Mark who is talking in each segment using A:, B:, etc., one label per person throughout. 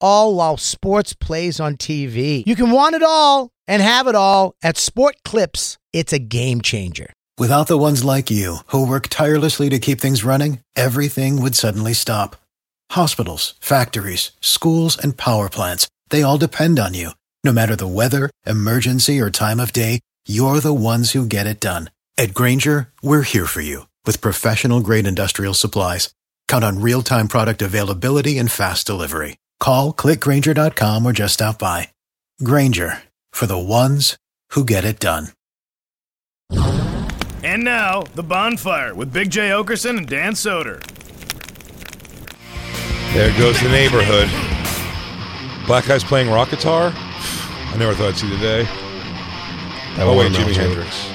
A: all while sports plays on TV. You can want it all and have it all at Sport Clips. It's a game changer.
B: Without the ones like you, who work tirelessly to keep things running, everything would suddenly stop. Hospitals, factories, schools, and power plants, they all depend on you. No matter the weather, emergency, or time of day, you're the ones who get it done. At Granger, we're here for you with professional grade industrial supplies. Count on real time product availability and fast delivery. Call clickgranger.com or just stop by. Granger for the ones who get it done.
C: And now, The Bonfire with Big J. Okerson and Dan Soder.
D: There goes the neighborhood. Black guy's playing rock guitar. I never thought I'd see the day. oh wait, Jimi Hendrix.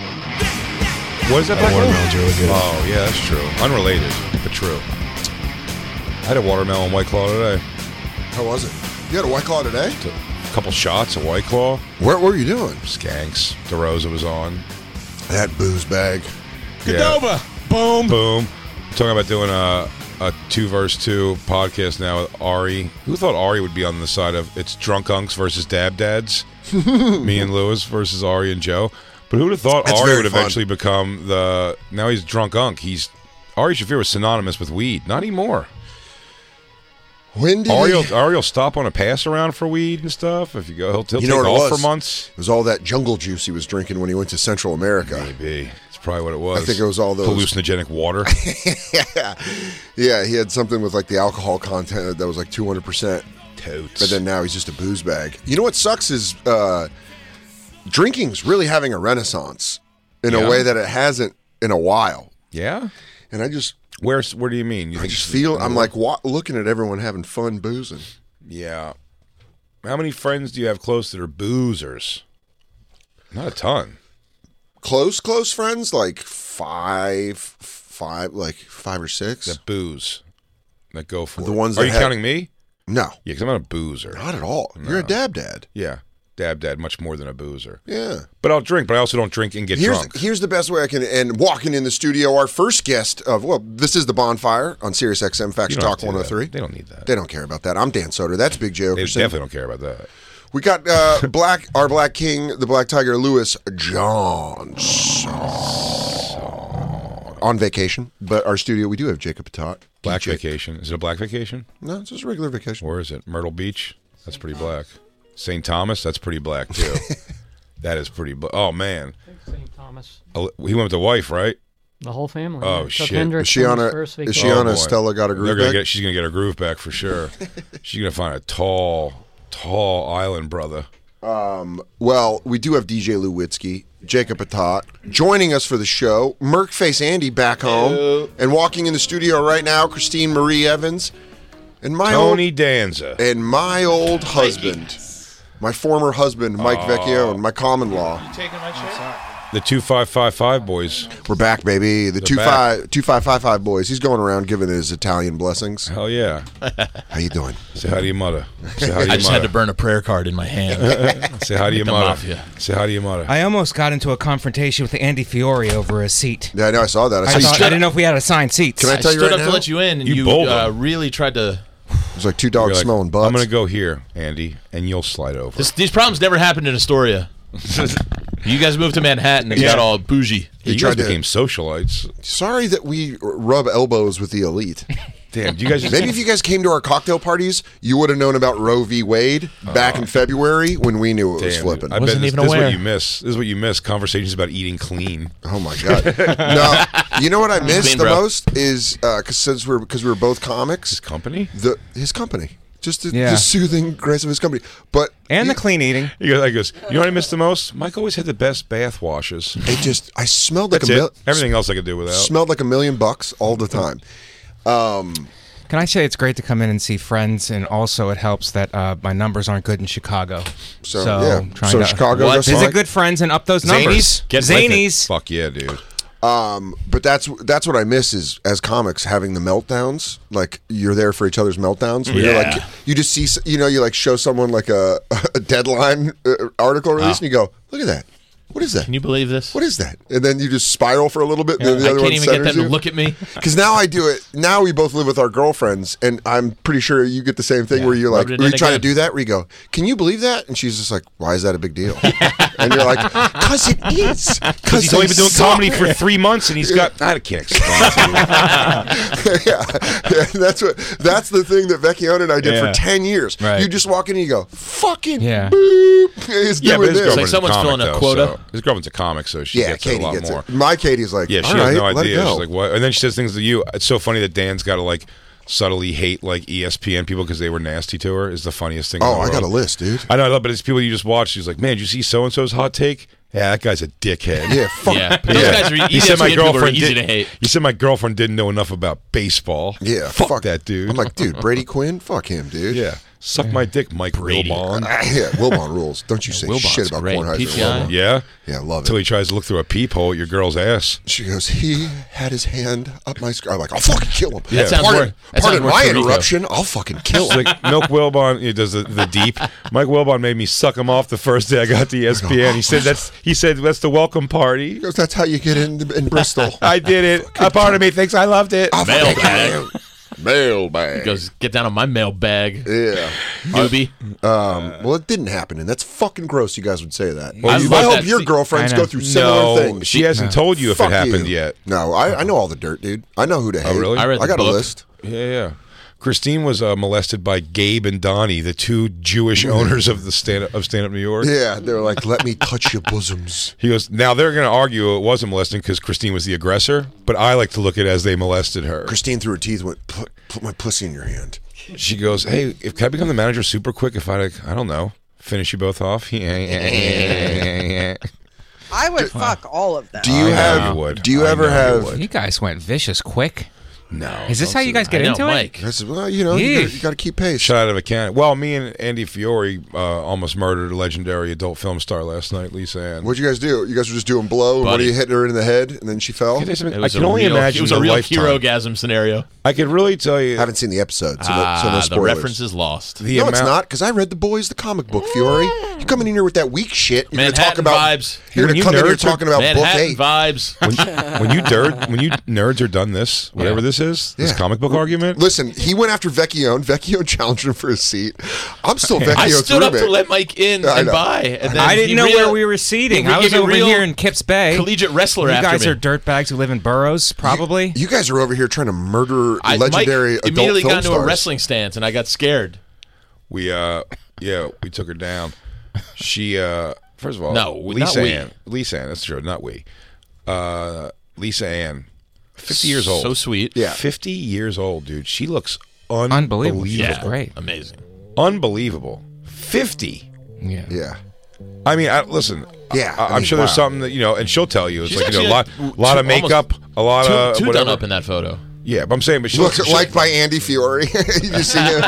D: What is that? black
E: watermelon's
D: guy?
E: really good.
D: Oh yeah, that's true. Unrelated, but true. I had a watermelon white claw today.
E: How was it? You had a white claw today?
D: A couple shots of white claw.
E: What were you doing?
D: Skanks. DeRosa was on.
E: That booze bag.
D: Yeah.
F: Boom.
D: Boom. Talking about doing a a two verse two podcast now with Ari. Who thought Ari would be on the side of it's drunk unks versus dab dads? Me and Lewis versus Ari and Joe. But who'd have thought
E: That's
D: Ari
E: very
D: would
E: fun.
D: eventually become the now he's drunk unk. He's Ari Shafir was synonymous with weed. Not anymore.
E: When did
D: Ari
E: he-
D: will, Ari will stop on a pass around for weed and stuff. If you go, he'll, he'll
E: You know
D: take
E: what it
D: off
E: was?
D: for months.
E: It was all that jungle juice he was drinking when he went to Central America.
D: Maybe it's probably what it was.
E: I think it was all those-
D: hallucinogenic water.
E: yeah. yeah, he had something with like the alcohol content that was like 200%.
D: Totes.
E: But then now he's just a booze bag. You know what sucks is uh, drinking's really having a renaissance in
D: Yeah.
E: a way that it hasn't in a while.
D: yeah.
E: And I just,
D: Where where do you mean? You
E: I
D: think
E: just
D: it's-
E: feel I'm like wa- looking at everyone having fun boozing.
D: Yeah. How many friends do you have close that are boozers? Not a ton.
E: Close, close friends like five, five, like five or six.
D: That booze. That go for
E: The
D: it.
E: ones
D: Are
E: that
D: you
E: have-
D: counting me?
E: No,
D: Yeah, because I'm not a boozer.
E: not at all. You're a dab dad.
D: Yeah, dab dad much more than a boozer.
E: Yeah.
D: But I'll drink. But I also don't drink and get
E: here's,
D: drunk.
E: Here's the best way I can. And walking in the studio, our first guest of well, this is the bonfire on Sirius XM
D: You
E: Faction
D: don't have
E: Talk
D: to do that.
E: 103.
D: They don't need that.
E: They don't care about that. I'm Dan Soder. That's Big J.
D: They
E: Okerson.
D: definitely don't care about that.
E: We got uh, black, our black king, the black tiger, Lewis Johnson, on vacation. But our studio, we do have Jacob Patot.
D: Black
E: DJ.
D: vacation. Is it a black vacation?
E: No, it's just a regular vacation.
D: Where is it? Myrtle Beach. That's pretty black. St. Thomas. That's pretty black too. that is pretty. Bl- oh man,
G: St. Thomas,
D: Oh, he went with the wife, right?
G: the whole family.
D: Oh,
G: yeah. Took
D: shit.
E: Is
G: Hendrix
E: she
G: on
E: on
G: his
E: a?
G: first
E: Is she
G: vacation.
E: on
D: Oh, boy.
E: a Stella got a
D: They're
E: groove
D: gonna
E: back?
D: get- she's gonna get her groove back for sure. she's gonna find a tall, tall island brother.
E: Well, we do have DJ Lewitsky, Jacob Patat joining us for the show. Merkface Andy back home and walking in the studio right now. Christine Marie Evans and my
D: Tony
E: old
D: Danza.
E: and my old husband, my former husband Mike Vecchio and my common law.
D: The two five five five boys.
E: We're back, baby. The two
D: back.
E: five two five five five boys. He's going around giving his Italian blessings.
D: Hell yeah.
E: How you doing?
D: Say hi to your mother. Say hi to your
F: I just had
D: mother.
F: to burn a prayer card in my hand.
D: Say hi to your
F: the
D: mother.
F: mafia.
D: Say hi to your mother.
H: I almost got into a confrontation with Andy Fiore over a seat.
E: Yeah, I know. I saw that. I,
H: I,
E: saw you
H: thought, I
E: stood-
H: didn't know if we had assigned seats.
E: Can I
F: I
E: tell you
F: stood
E: right
F: up
E: now?
F: to let you in, and
D: You
F: you,
D: bowled
F: uh,
D: him.
F: really tried to.
E: It's like two
D: You're
E: dogs
D: like,
E: smelling butts.
D: I'm gonna go here, Andy, and you'll slide over.
F: This, these problems never happened in Astoria. you guys moved to Manhattan and
D: Yeah.
F: got all bougie.
D: you
E: tried
D: guys
E: to-
D: became socialites.
E: Sorry that we rub elbows with the elite.
D: Damn, you guys.
E: Maybe if you guys came to our cocktail parties, you would have known about Roe v. Wade back in February when we knew it was
D: Oh. Damn,
E: flipping.
D: I bet
F: Wasn't
D: this,
F: even
D: this is
F: aware.
D: what you miss. This is what you miss. Conversations about eating clean.
E: oh my god! no, you know what I miss
F: Clean,
E: the
F: bro.
E: most is because since we're because we were both comics,
D: This company.
E: the his company, just the,
H: Yeah.
E: the soothing grace of his company, but
H: And the clean eating.
D: You guys, I goes. You know what I miss the most? Mike always had the best bath washes.
E: it just I smelled like
D: That's
E: a
D: it.
E: mil-
D: Everything else I could do without.
E: smelled like a million bucks all the time. Um,
H: Can I say it's great to come in and see friends, and also it helps that uh, my numbers aren't good in Chicago.
E: So,
H: So,
E: yeah.
H: trying
E: So
H: to,
E: Chicago
H: What?
E: does
H: Visit
E: like-
H: good friends and up those
F: Zanies?
H: numbers.
F: Get with it.
H: Zanies.
D: Fuck yeah, dude.
E: Um, but that's that's what I miss is as comics having the meltdowns. Like you're there for each other's meltdowns. Where You're like
C: Yeah.
E: you just see s- you know you like show someone like a, a deadline uh, article release and you go look at that. What is that?
F: Can you believe this?
E: what is that? And then you just spiral for a little bit. and then the
F: I
E: other
F: can't
E: one
F: even get them to look at me.
E: Because now I do it. Now we both live with our girlfriends, and I'm pretty sure you get the same thing where you're like,
F: rubbed it
E: "Are you
F: in
E: trying to
F: again."
E: do that?" Where you go, "Can you believe that?" And she's just like, "Why is that a big deal?" and you're like, "Cause it is. Cause
D: He's only
E: they
D: been doing
E: suck."
D: comedy for three months, and he's got. I can't explain. to you.
E: yeah. Yeah, that's what. That's the thing that Vecchione and I did
D: Yeah.
E: for ten years.
F: Right.
E: You just walk in and you go, "Fucking
H: Yeah.
E: boop." Is
D: Yeah, but
E: doing
D: his
E: this.
D: girlfriend's
F: Like someone's
D: a comic,
F: filling a
D: though,
F: quota.
D: so- his girlfriend's a comic, so she
E: yeah,
D: gets
E: Katie
D: it a lot
E: gets
D: more.
E: it. My Katie's like,
D: Yeah, she
E: "All
D: has
E: right,
D: no
E: let it
D: idea.
E: go."
D: She's like, what? And then she says things to you. It's so funny that Dan's got to like subtly hate like E ESPN people because they were nasty to her. Is the funniest thing. in the
E: "Oh, I
D: world.
E: got a list, dude."
D: I know, I love, but it's people you just watch. She's like, man, did you see so and so's hot take? Yeah, that guy's a dickhead.
E: Yeah, fuck.
F: Yeah. Those guys are
D: He
F: ESPN
D: said my
F: people are
D: girlfriend
F: easy
D: did-
F: to hate.
D: He said my girlfriend didn't know enough about baseball.
E: Yeah,
D: fuck, that dude.
E: I'm like, dude, Brady Quinn, fuck him, dude.
D: yeah, suck my dick, Mike Wilbon.
E: yeah, Wilbon rules. Don't you say
F: Wilbon's
E: shit about
F: great.
E: Kornheiser.
F: PTI.
E: Wilbon.
D: Yeah,
E: Ah. Yeah, love
D: until
E: it.
D: he tries to look through a peephole at your girl's ass.
E: She goes, he had his hand up my skirt. I'm like, I'll fucking kill him.
F: That sounds
E: pardon
F: wor- that
E: pardon
F: sounds worse
E: my
F: than Rico.
E: interruption. I'll fucking kill
D: It's
E: him.
D: like Milk Wilbon he does the, the deep. Mike Wilbon made me suck him off the first day I got to E ESPN. He said that's he said that's the welcome party.
E: He goes, that's how you get in, in Bristol.
D: I did it. A part of me thinks I loved it.
E: I'll fucking
F: Mailbag.
E: kill you. Mailbag.
F: Goes get down on my mailbag,
E: yeah.
F: newbie.
E: Um, well, it didn't happen, and that's fucking gross. You guys would say that.
F: I
E: I,
F: love
E: hope
F: that
E: your
F: scene.
E: girlfriends
H: I know.
E: go through similar
D: no,
E: things.
D: she hasn't told you if
E: Fuck
D: it happened
E: you.
D: yet.
E: No, I, I know all the dirt, dude. I know who to hate.
D: really?
F: I read the
E: got a
F: book.
E: list.
D: Yeah, yeah. Christine was uh, molested by Gabe and Donnie, the two Jewish owners of the stand up, of Stand Up New York.
E: Yeah, they were like, let me touch your bosoms.
D: He goes, now they're going to argue it wasn't molesting because Christine was the aggressor, but I like to look at it as they molested her.
E: Christine through her teeth went, put, put my pussy in your hand.
D: She goes, "Hey, if can I become the manager super quick? If I, I don't know, finish you both off." I
I: I would fuck all of them.
E: Do you
D: know
E: have?
D: you would.
E: Do you
D: I
E: ever
D: know you
E: have?
D: would.
H: You guys went vicious quick.
D: no?
H: Is this how you guys get
F: I know,
H: into
F: Mike.
H: it?
E: I said, well, you know, you,
H: Yeah.
E: gotta- you got to keep pace.
D: shot out of a cannon? Well, me and Andy Fiore uh, almost murdered a legendary adult film star last night, Lisa Ann.
E: What'd you guys do? You guys were just doing blow. and What are
F: Buddy.
E: you hitting her in the head, and then she fell.
D: Can I say something?
F: It
D: I
F: was
D: can
F: a
D: only
F: real-
D: imagine
F: It was a
D: your
F: real
D: lifetime.
F: hero gasm scenario.
D: I can really tell you.
E: I haven't seen the episode, so, no, so no
F: Ah, the
E: spoilers.
F: reference is lost.
D: the
E: no, it's
D: amount-
E: not because I read the boys, the comic book. Fury, you coming in here with that weak shit? You're gonna talk
F: Manhattan
E: about
F: vibes.
E: You're
D: When
E: gonna
D: you
E: come in
D: nerds
E: here
D: are-
E: talking about book
F: Manhattan
E: eight.
F: vibes.
D: When, when you nerd, when you nerds are done this, whatever
F: Yeah.
D: this is, this
E: Yeah.
D: comic book argument.
E: Listen, he went after Vecchione. Vecchione challenged him for his seat. I'm still Vecchione's
F: I stood up
E: roommate.
F: to let Mike in
E: I
F: and
E: know.
F: buy, and then
H: I didn't
F: he
H: know
F: real-
H: where we were seating.
F: he
H: I was
F: gave me
H: over
F: real
H: here in Kips Bay.
F: collegiate wrestler.
H: You
F: after
H: guys
F: me.
H: are dirtbags who live in boroughs, probably.
E: You guys are over here trying to murder
F: I,
E: legendary
F: Mike
E: adult
F: immediately
E: film
F: got into
E: stars.
F: a wrestling stance, and I got scared.
D: We uh yeah, we took her down. She uh first of all
F: No, we-
D: Lisa
F: not we.
D: Ann. Lisa Ann, that's true, not we. Uh Lisa Ann. Fifty years old.
F: So sweet.
E: Yeah.
D: Fifty years old, dude. She looks unbelievable.
H: Unbelievable.
F: Yeah.
H: Great.
F: Amazing.
D: Unbelievable. Fifty.
H: Yeah.
E: Yeah.
D: I mean, I, listen.
E: Yeah,
D: I,
E: I
D: am
E: mean,
D: sure
E: wow.
D: there's something that you know, and she'll tell you. It's
F: She's
D: like you know, a lot,
F: actually
D: lot of
F: two- almost
D: makeup, a lot
F: Two,
E: Uh,
D: of
F: two
D: whatever.
F: done up in that photo.
D: yeah, but I'm saying, but she
E: Look,
D: looks
E: like by Andy Fiore. did you see him?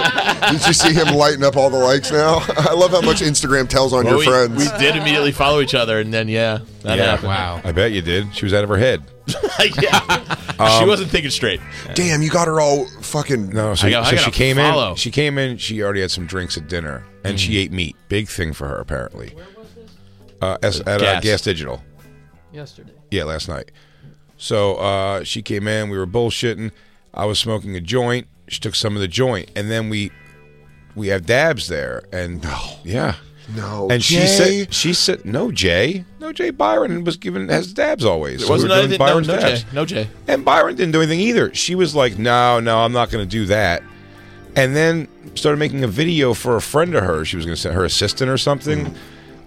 E: did you see him lighting up all the likes now? I love how much Instagram tells on
F: Well,
E: your friends.
F: we, we did immediately follow each other, and then yeah, that
D: Yeah.
F: happened.
H: Wow.
D: I bet you did. She was out of her head.
F: yeah,
E: Um,
F: she wasn't thinking straight.
E: Damn, you got her all fucking.
D: No, so,
F: I gotta-
D: so
F: I gotta
D: she came
F: follow. Mm.
D: in. She came in. She already had some drinks at dinner, and she ate meat. Big thing for her, apparently. Uh, as, at gas. Uh,
F: Gas.
D: gas Digital,
G: yesterday.
D: yeah, last night. So uh, she came in. We were bullshitting. I was smoking a joint. She took some of the joint, and then we we have dabs there, and yeah,
E: No.
D: and she
E: Jay.
D: said she said no, Jay, no, Jay Byron was given has dabs always. So we
F: wasn't
D: were doing
F: anything. No,
D: Byron's
F: no
D: dabs.
F: Jay. No Jay.
D: And Byron didn't do anything either. She was like, no, no, I'm not going to do that. And then started making a video for a friend of hers. She was going to send her assistant or something.
E: Mm.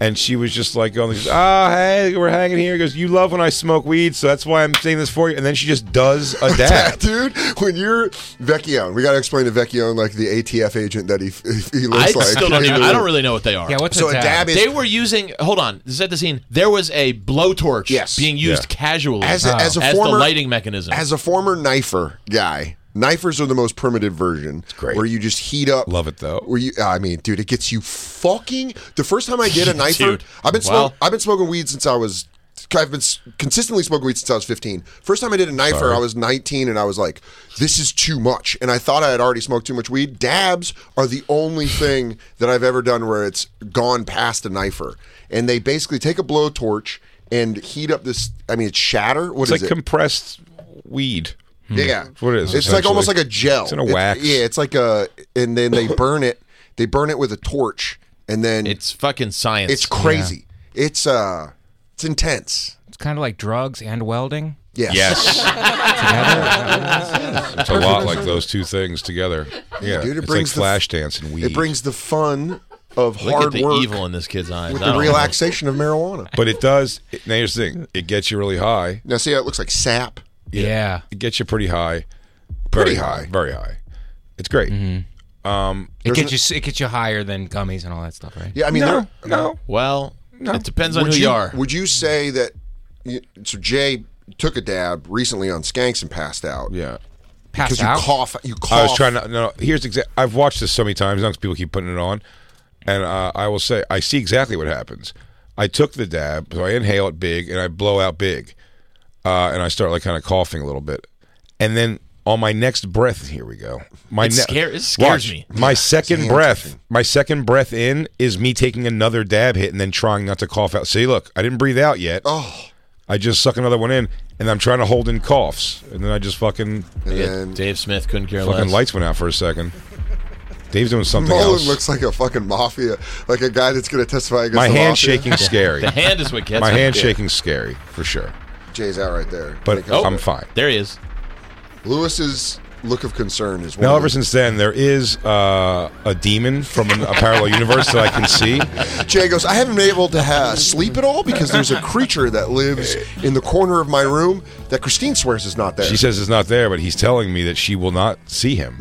D: And she was just like, going, ah, hey, we're hanging here. He goes, you love when I smoke weed, so that's why I'm saying this for you. And then she just does a
E: Yeah,
D: dab.
E: dude, when you're Vecchione, we got to explain to Vecchione like the ATF agent that he he
F: I
E: looks like.
F: still don't even. I don't really know what they are.
H: Yeah, what's
E: So
H: a
E: a
H: dab?
E: dab is
F: They were using. Hold on, set the scene. There was a blowtorch
E: Yes.
F: being used
D: Yeah.
F: casually
E: As a- as a
F: the
E: former-
F: lighting mechanism.
E: as a former knifer guy. Knifers are the most primitive version. It's
D: great.
E: Where you just heat up.
D: Love it, though.
E: Where you, I mean, dude, it gets you fucking. The first time I did a knifer,
F: Dude.
E: I've been
F: Wow.
E: smoking. I've been smoking weed since I was. I've been s- consistently smoking weed since I was 15. First time I did a knifer, I was 19, and I was like, "This is too much." And I thought I had already smoked too much weed. Dabs are the only thing that I've ever done where it's gone past a knifer, and they basically take a blowtorch and heat up this. I mean, it's shatter. What
D: It's
E: is
D: like
E: it?
D: compressed weed.
E: Yeah,
D: what it is,
E: It's like
D: essentially.
E: almost like a gel.
D: It's in a wax.
E: yeah, it's like a, and then they burn it. They burn it with a torch, and then it's
F: It's fucking science.
E: it's crazy. It's uh, it's intense.
H: It's kind of like drugs and welding
E: Yes.
D: Yes,
H: together.
D: it's a lot like those two things together. Yeah,
E: Dude, it
D: it's
E: brings
D: like
E: the-
D: flash dance and weed.
E: It brings the fun of
F: Look
E: hard
F: at the
E: work
F: evil in this kid's eyes.
E: with
F: I don't
E: the
F: know.
E: relaxation of marijuana.
D: but it does. It, now here's the thing: it gets you really high.
E: Now see how it looks like sap.
H: yeah.
D: It gets you pretty high.
E: Pretty
D: Very
E: high.
D: Very high. It's great. Um,
H: It gets you it gets you higher than gummies and all that stuff, right?
E: Yeah, I mean,
D: no,
E: there-
F: Mm-hmm.
D: no.
F: Well, it depends on
E: would
F: who
E: you
F: you are.
E: Would you say that? You, so Jay took a dab recently on Skanks and passed out.
D: Yeah.
H: Pass
E: Because you
H: out.
E: cough, you cough.
D: I was trying to. No, here's exact. I've watched this so many times now 'cause people keep putting it on, and uh, I will say I see exactly what happens. I took the dab, so I inhale it big, and I blow out big, uh, and I start like kind of coughing a little bit, and then on my next breath, here we go. My
F: It's
D: ne-
F: scare- it scares
D: Watch.
F: me.
D: My second
E: hand
D: breath,
E: touching.
D: my second breath in is me taking another dab hit and then trying not to cough out. See, look, I didn't breathe out yet.
E: Oh,
D: I just suck another one in, and I'm trying to hold in coughs, and then I just fucking
E: and
F: Yeah,
E: then
F: Dave Smith couldn't care
D: Fucking
F: less.
D: lights went out for a second. Dave's doing something
E: Mullen
D: else.
E: looks like a fucking mafia, like a guy that's going to testify against
D: My
E: the
D: hand
E: mafia.
D: shaking scary.
F: The hand is what gets
D: My
F: me.
D: hand shaking's scary for sure.
E: Jay's out right there.
D: But
E: Because-
D: I'm fine.
F: There he is.
E: Lewis's look of concern is one.
D: Now,
E: of
D: ever
E: the-
D: since then, there is uh, a demon from an, a parallel universe that I can see.
E: Jay goes, I haven't been able to uh, sleep at all because there's a creature that lives in the corner of my room that Christine swears is not there.
D: She says it's not there, but he's telling me that she will not see him.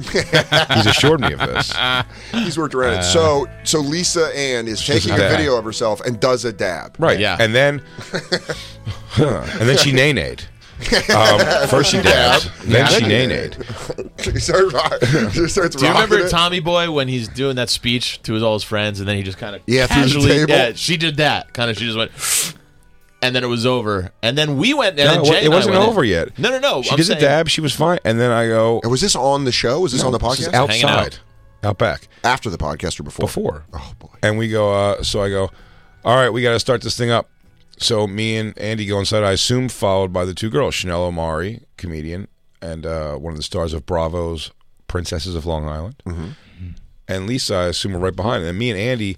D: he's assured me of this.
E: He's worked around
D: Uh,
E: it. So, so Lisa Ann is taking a
D: dab.
E: video of herself and does a dab.
D: Right.
F: Yeah.
D: And then, and then she nay-nayed. Um, first she dabbed, then she nay-nayed.
E: she starts, ro- she starts
F: Do you
E: rocking
F: remember
E: it.
F: Tommy Boy when he's doing that speech to his, all his friends, and then he just kind of
E: Yeah, through the
F: casually,
E: table.
F: yeah, she did that kind of. She just went, and then it was over, and then we went, and
D: No,
F: then
D: it
F: Jay
D: wa- it
F: and I
D: wasn't
F: went in.
D: over yet.
F: No, no, no.
D: She
F: I'm
D: did
F: saying,
D: a dab. She was fine, and then I go
E: And Was this on the show? Was this on the
D: this is
E: podcast?
F: Hanging out.
D: outside, out back.
E: After the podcast or before?
D: before.
E: Oh, boy.
D: And we go, uh, so I go, all right, we got to start this thing up. So me and Andy go inside, I assume followed by the two girls, Chanel Omari, comedian, and uh, one of the stars of Bravo's Princesses of Long Island.
F: Mm-hmm.
D: And Lisa, I assume, were right behind. And me and Andy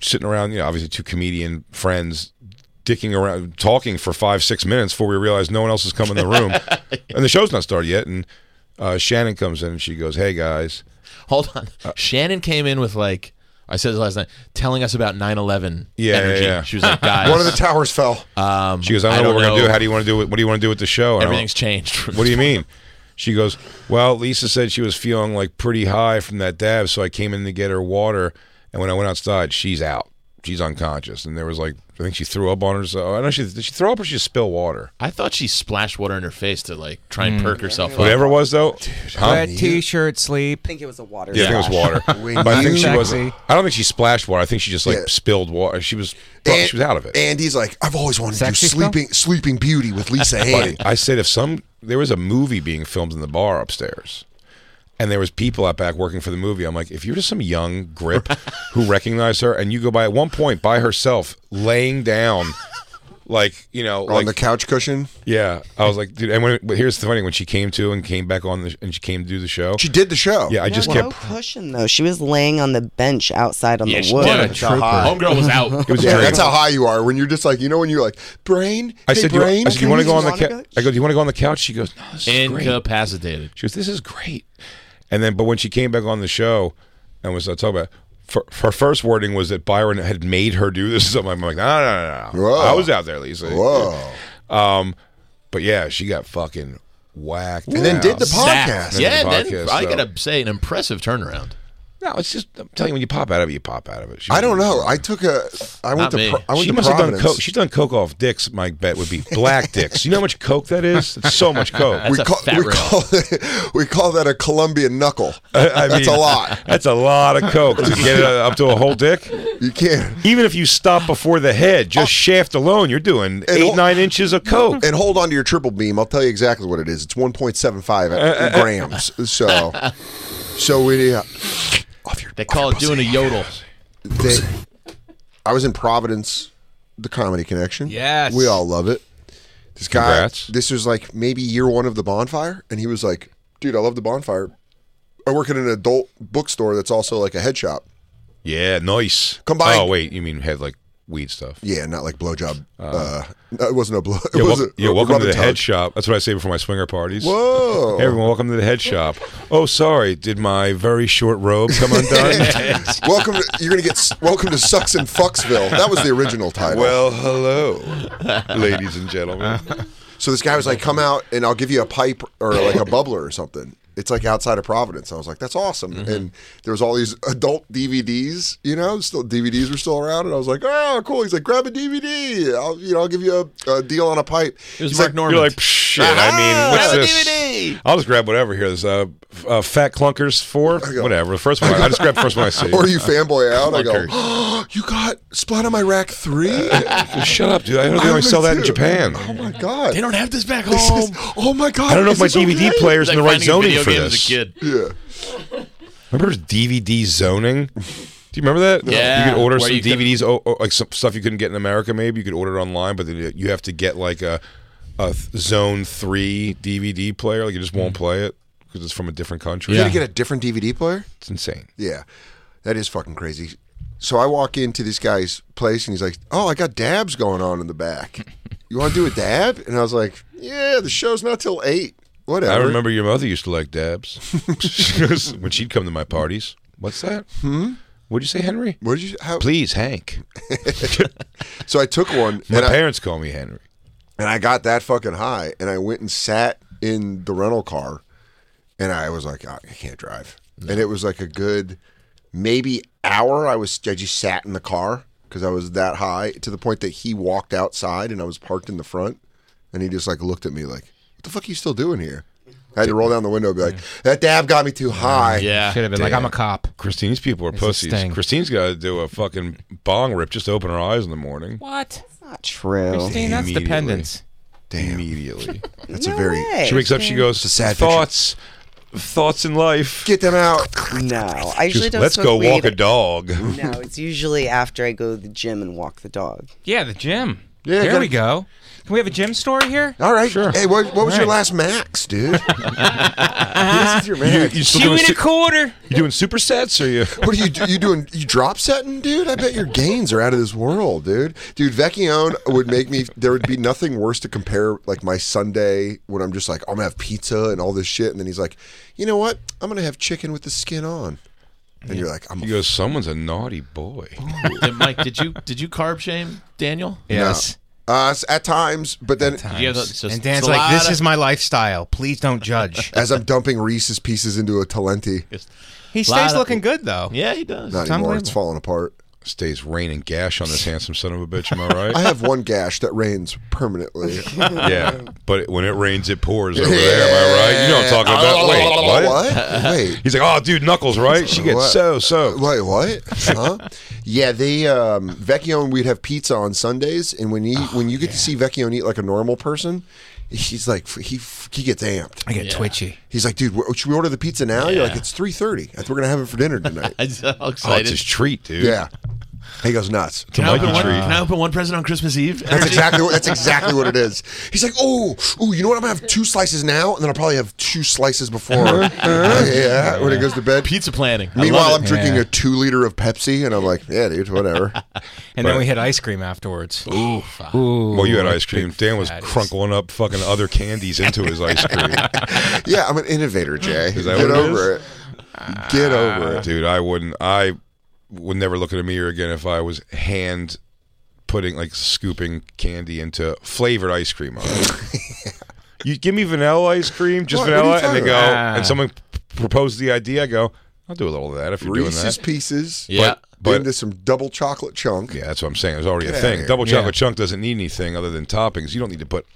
D: sitting around, you know, obviously two comedian friends, dicking around, talking for five, six minutes before we realize no one else has come in the room. and the show's not started yet. And uh, Shannon comes in and she goes, hey, guys.
F: Hold on.
D: Uh,
F: Shannon came in with like I said this last night, telling us about 9/11
D: Yeah, yeah,
F: energy.
D: yeah.
F: She was like, guys, um,
E: One of the towers fell.
D: She goes, I don't,
F: I
D: know what
F: don't
D: we're gonna
F: know.
D: do. How do you want to do it? What do you want to do with the show? And I-
F: everything's changed. from
D: What do
F: this
D: you mean? She goes, Well, Lisa said she was feeling like pretty high from that dab, so I came in to get her water. And when I went outside, she's out. She's unconscious. And there was like, I think she threw up on herself. I don't know. She, did she throw up or she just spill water?
F: I thought she splashed water in her face to like try and perk herself up.
D: Hmm. Whatever it was, though. huh?
H: Wet t-shirt sleep.
I: I think it was a water.
D: Yeah, I think it was water.
E: When
D: but I think
E: you-
D: she was. I don't think she splashed water. I think she just like
E: Yeah.
D: spilled water. She was.
E: And-
D: she was out of it.
E: Andy's like, I've always wanted to do
H: Sexy spell?
E: sleeping, sleeping Beauty with Lisa Ann.
D: I said if some there was a movie being filmed in the bar upstairs, and there was people out back working for the movie. I'm like, if you're just some young grip who recognized her, and you go by at one point by herself, laying down, like you know,
E: on
D: like
E: the couch cushion.
D: yeah, I was like, dude. And when but here's the funny when she came to and came back on the and she came to do the show.
E: She did the show.
D: yeah, I just
I: no
D: kept.
I: cushion though. She was laying on the bench outside on
F: Yeah,
I: the
F: she
I: wood.
F: did. Homegirl was out.
D: It was
E: Yeah,
D: great.
E: that's how high you are when you're just like, you know, when you're like, brain.
D: I
E: hey,
D: said,
E: brain,
D: you, I said, do you
E: can
D: want to
E: we
D: go on
E: just
D: the couch?
E: wanna go?"
D: I go, do you want to go on the couch? She goes, no, this is great.
F: incapacitated.
D: She goes, "This is great." And then, but when she came back on the show and was uh, talking about, for, her first wording was that Byron had made her do this. So I'm like, no, no, no, no.
E: Whoa.
D: I was out there, Lisa.
E: Whoa.
D: Um, but yeah, she got fucking whacked.
E: And then did the
D: out.
E: podcast.
F: Yeah,
D: Another
F: then
D: podcast,
F: I
D: so-
F: gotta say an impressive turnaround.
D: No, it's just I'm telling you, when you pop out of it, you pop out of it. She
E: I don't
D: was-
E: know. I took a. I
F: Not
E: went
F: me.
E: to. Pro, I went
D: she
E: to
D: must have done
E: Providence.
D: coke. She's done coke off dicks. My bet would be black dicks. You know how much coke that is? It's so much coke.
F: That's a fat
E: we
F: rail.
E: call we call that a Colombian knuckle.
D: I
E: That's
D: mean-
E: a lot.
D: That's a lot of coke to get it up to a whole dick.
E: You can't.
D: Even if you stop before the head, just shaft alone, you're doing eight
E: Oh. all-
D: nine inches of coke.
E: And hold on to your triple beam. I'll tell you exactly what it is. It's 1.75 grams. So, so we. Uh, off your,
F: They call it doing a yodel.
E: they, I was in Providence, the Comedy Connection.
F: Yes.
E: we all love it. This guy.
D: Congrats.
E: This was like maybe year one of the bonfire, and he was like, "Dude, I love the bonfire. I work at an adult bookstore that's also like a head shop.
D: Yeah, nice.
E: Combined-
D: Oh wait, you mean head like weed stuff?
E: Yeah, not like blowjob. Uh, no, it wasn't a blow. It
D: Yeah,
E: was
D: wel-
E: a,
D: yeah,
E: a
D: welcome
E: rub
D: to the
E: and
D: head
E: tug.
D: shop. That's what I say before my swinger parties.
E: Whoa.
D: Hey, everyone, welcome to the head shop. Oh, sorry, did my very short robe come undone?
E: welcome to, you're gonna get s- welcome to sucks and fucksville that was the original title
D: well, hello, ladies and gentlemen.
E: so this guy was like come out and i'll give you a pipe or like a bubbler or something it's like outside of providence i was like that's awesome and there was all these adult dvds you know still dvds were still around and i was like oh cool he's like grab a dvd i'll you know i'll give you a, a deal on a pipe
F: It was
E: He's
F: Mark
E: like,
F: Norman.
D: You're like, shit.
E: Ah,
D: I mean, what's this? I'll just grab whatever here. There's uh, f- uh, Fat Clunkers four, whatever. The first one. I just grab the first one I see.
E: or you fanboy out i go
D: Clunkers.
E: oh, you got splat on my rack three
D: Shut up, dude. I don't think they
E: I
D: only
E: would
D: sell that in
E: too.
D: Japan.
E: oh my god
F: They don't have this back
E: This
F: home.
E: is- oh my god
D: I don't know if
E: is
D: my
E: this okay?
D: DVD player's in the right
F: finding a
D: zoning
F: video
D: for
F: game as a
D: this.
F: kid.
E: yeah
D: Remember DVD zoning? Do you remember that?
F: Yeah.
D: You could order
F: Where
D: some
F: you could-
D: DVDs, oh, oh, like some stuff you couldn't get in America. Maybe you could order it online, but then you have to get like a, a th- Zone Three DVD player. Like you just won't play it because it's from a different country.
E: Mm-hmm. You gotta get a different DVD player?
D: it's insane.
E: Yeah. That is fucking crazy. So I walk into this guy's place and he's like, Oh, I got dabs going on in the back. You wanna do a dab? And I was like, Yeah, the show's not till eight. Whatever.
D: I remember your mother used to like dabs when she'd come to my parties. What's that? Hmm. What'd you say, Henry?
E: What did you how,
D: Please, Hank.
E: So I took one
D: My
E: and I,
D: parents call me Henry.
E: and I got that fucking high and I went and sat in the rental car and I was like, "Ah, I can't drive. And it was like a good maybe hour I was I just sat in the car because I was that high to the point that he walked outside and I was parked in the front and he just like looked at me like, What the fuck are you still doing here? I had to roll down the window and be like, That dab got me too high.
F: Yeah.
H: Should have been like, I'm a cop.
D: Christine's people are
H: a
D: pussies.
H: sting.
D: Christine's got to do a fucking bong rip just to open her eyes in the morning.
H: What?
I: Not true.
H: Christine, that's
D: Immediately.
H: dependence.
D: Immediately.
E: That's a
I: No
E: very
I: way.
D: She wakes up, she goes,
E: sad picture.
D: thoughts, thoughts in life.
E: get them out.
I: No, I
D: She
I: usually
D: goes,
I: don't
D: Let's
I: smoke
D: go walk
I: weed.
D: a dog.
I: No, it's usually after I go to the gym and walk the dog.
H: Yeah, the gym.
E: Yeah,
H: there
E: gotta-
H: we go. Can we have a gym story here?
E: All right. Hey, what, what was your
H: Right.
E: last max, dude? this is your
D: You,
E: max.
D: you still
H: Two
D: doing,
H: and a
D: su-
H: quarter.
D: you doing supersets or you?
E: What are you do- you doing? You drop setting, dude? I bet your gains are out of this world, dude. Dude, Vecchione would make me. There would be nothing worse to compare like my Sunday when I'm just like I'm gonna have pizza and all this shit, and then he's like, you know what? I'm gonna have chicken with the skin on, and you're like, I'm
D: He
E: a
D: goes, someone's a naughty boy.
F: And Mike, did you did you carb shame Daniel?
H: Yes.
E: uh, s- at times, but then
F: You have those-
H: And
F: just-
H: Dan's
F: it's a
H: like,
F: lot
H: this
F: of-
H: is my lifestyle. Please don't judge.
E: as I'm dumping Reese's pieces into a Talenti,
F: Lot
H: He stays
F: of-
H: looking good though.
F: Yeah, he does.
E: not anymore.
H: unbelievable.
E: It's falling apart.
D: Stays raining gash on this handsome son of a bitch. Am I right?
E: I have one gash that rains permanently.
D: yeah, but when it rains, it pours over there. Am I right? You know what I'm talking
E: Oh,
D: about? Wait, what?
E: Wait.
D: He's like, oh, dude, Knuckles, right? She gets
E: What?
D: so so.
E: Wait, what? Huh? yeah, they um, Vecchione. We'd have pizza on Sundays, and when he when you get to see Vecchione eat like a normal person, he's like he he gets amped.
H: I get twitchy.
E: He's like, dude, wh- should we order the pizza now? You're like, it's three thirty. We're gonna have it for dinner tonight.
F: I'm so
D: Oh, it's
F: excited.
D: his treat, dude.
E: yeah, he goes nuts.
F: can, I
D: Mikey
F: open one,
D: treat.
F: can I open one present on Christmas Eve?
E: That's exactly what, that's exactly what it is. He's like, oh, oh, you know what? I'm gonna have two slices now, and then I'll probably have two slices before. yeah, when he goes to bed.
F: Pizza planning. I
E: Meanwhile,
F: love
E: I'm
F: it.
E: drinking
H: Yeah.
E: a two liter of Pepsi, and I'm like, yeah, dude, whatever.
H: And then we had ice cream afterwards. Ooh,
D: Well, you had ice cream. Dan was crunkling up fucking other candies into his ice cream.
E: Yeah, I'm an innovator, Jay.
D: that what
E: Get
D: it Ah.
E: over it. Get over it.
D: Dude, I wouldn't. I would never look at a mirror again if I was hand putting like scooping candy into flavored ice cream. all right? you give me vanilla ice cream, just
E: What? What are you
D: vanilla, and they
E: talking
D: go,
H: about?
D: and someone p- proposed the idea. I go, I'll do a little of that if you're doing
E: Reese's
D: that.
E: Pieces.
F: Yeah.
D: But-
E: into some double chocolate chunk.
D: Yeah, that's what I'm saying. There's already
E: Get
D: a
E: outta
D: thing.
E: here.
D: Double
H: Yeah.
D: chocolate chunk doesn't need anything other than toppings. You don't need to put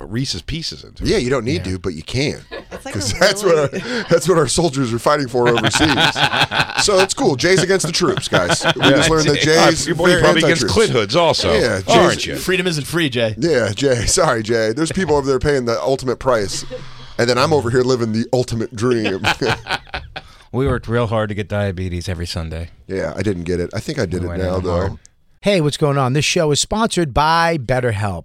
D: uh, Reese's pieces into it.
E: Yeah, you don't need to, but you can.
I: like
E: Because
I: a
E: that's what
I: really-
E: our, that's what our soldiers are fighting for overseas. so it's cool. Jay's against the troops, guys. We just learned that
D: Ah,
E: Jay's
D: your boy
E: very
D: probably gets
E: anti-troops.
D: clit hoods also.
E: Yeah, Jay's-
D: aren't you?
F: Oh, Freedom isn't free, Jay.
E: Yeah, Jay. Sorry, Jay. There's people over there paying the ultimate price, and then I'm over here living the ultimate dream.
H: We worked real hard to get diabetes every Sunday.
E: yeah, I didn't get it. I think I did
H: We
E: it
H: went
E: now
H: in
E: though.
H: hard.
A: Hey, what's going on? This show is sponsored by BetterHelp.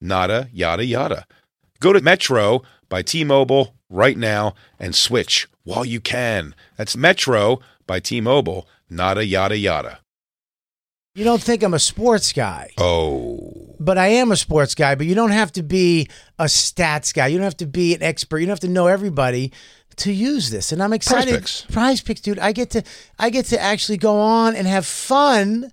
D: nada, yada, yada. Go to Metro by T Mobile right now and switch while you can. That's Metro by T Mobile, nada, yada, yada.
A: You don't think I'm a sports guy,
D: Oh.
A: but I am a sports guy, but you don't have to be a stats guy. You don't have to be an expert. You don't have to know everybody to use this. And I'm excited.
D: Picks.
A: Prize picks, dude. I get to I get to actually go on and have fun.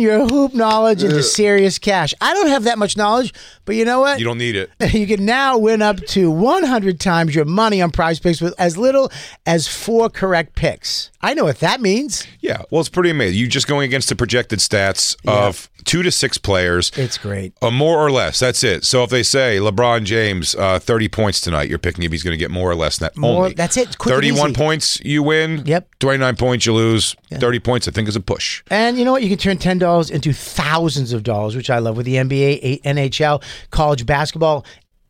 A: your hoop knowledge into serious cash. I don't have that much knowledge, but you know what?
D: You don't need it.
A: You can now win up to 100 times your money on prize picks with as little as four correct picks. I know what that means.
D: Yeah, well, it's pretty amazing. You're just going against the projected stats of two to six players,
A: It's great.
D: uh, more or less. That's it. So if they say LeBron James, uh, 30 points tonight, you're picking if he's going to get more or less than that.
A: More-
D: only.
A: that's it. Quick and
D: 31
A: easy.
D: points, you win.
A: Yep.
D: 29 points, you lose. 30 points, I think, is a push.
A: And you know what? You can turn ten dollars into thousands of dollars, which I love with the NBA, A- NHL, college basketball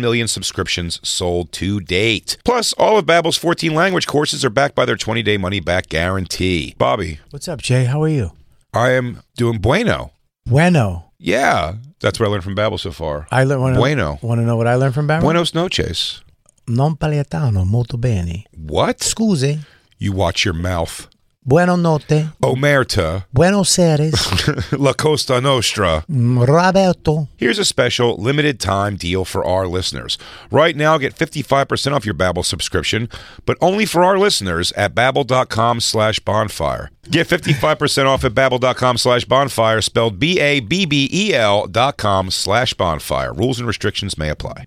D: million subscriptions sold to date. Plus, all of Babbel's 14 language courses are backed by their 20-day money-back guarantee. Bobby,
A: What's up, Jay? How are you?
D: I am doing bueno.
A: Bueno.
D: Yeah, that's what I learned from Babbel so far.
A: I learned. Wanna,
D: Bueno.
A: Want to know what I learned from Barry?
D: Buenos noches.
A: Non paletano, molto bene.
D: What?
A: Scusi.
D: You watch your mouth.
A: Buono notte.
D: Omerta,
A: Buenos Aires.
D: La Costa Nostra.
A: Roberto.
D: Here's a special limited time deal for our listeners. Right now, get 55% off your Babbel subscription, but only for our listeners at babbel.com slash bonfire. Get 55% off at babbel.com slash bonfire, spelled B-A-B-B-E-L E dot com slash bonfire. Rules and restrictions may apply.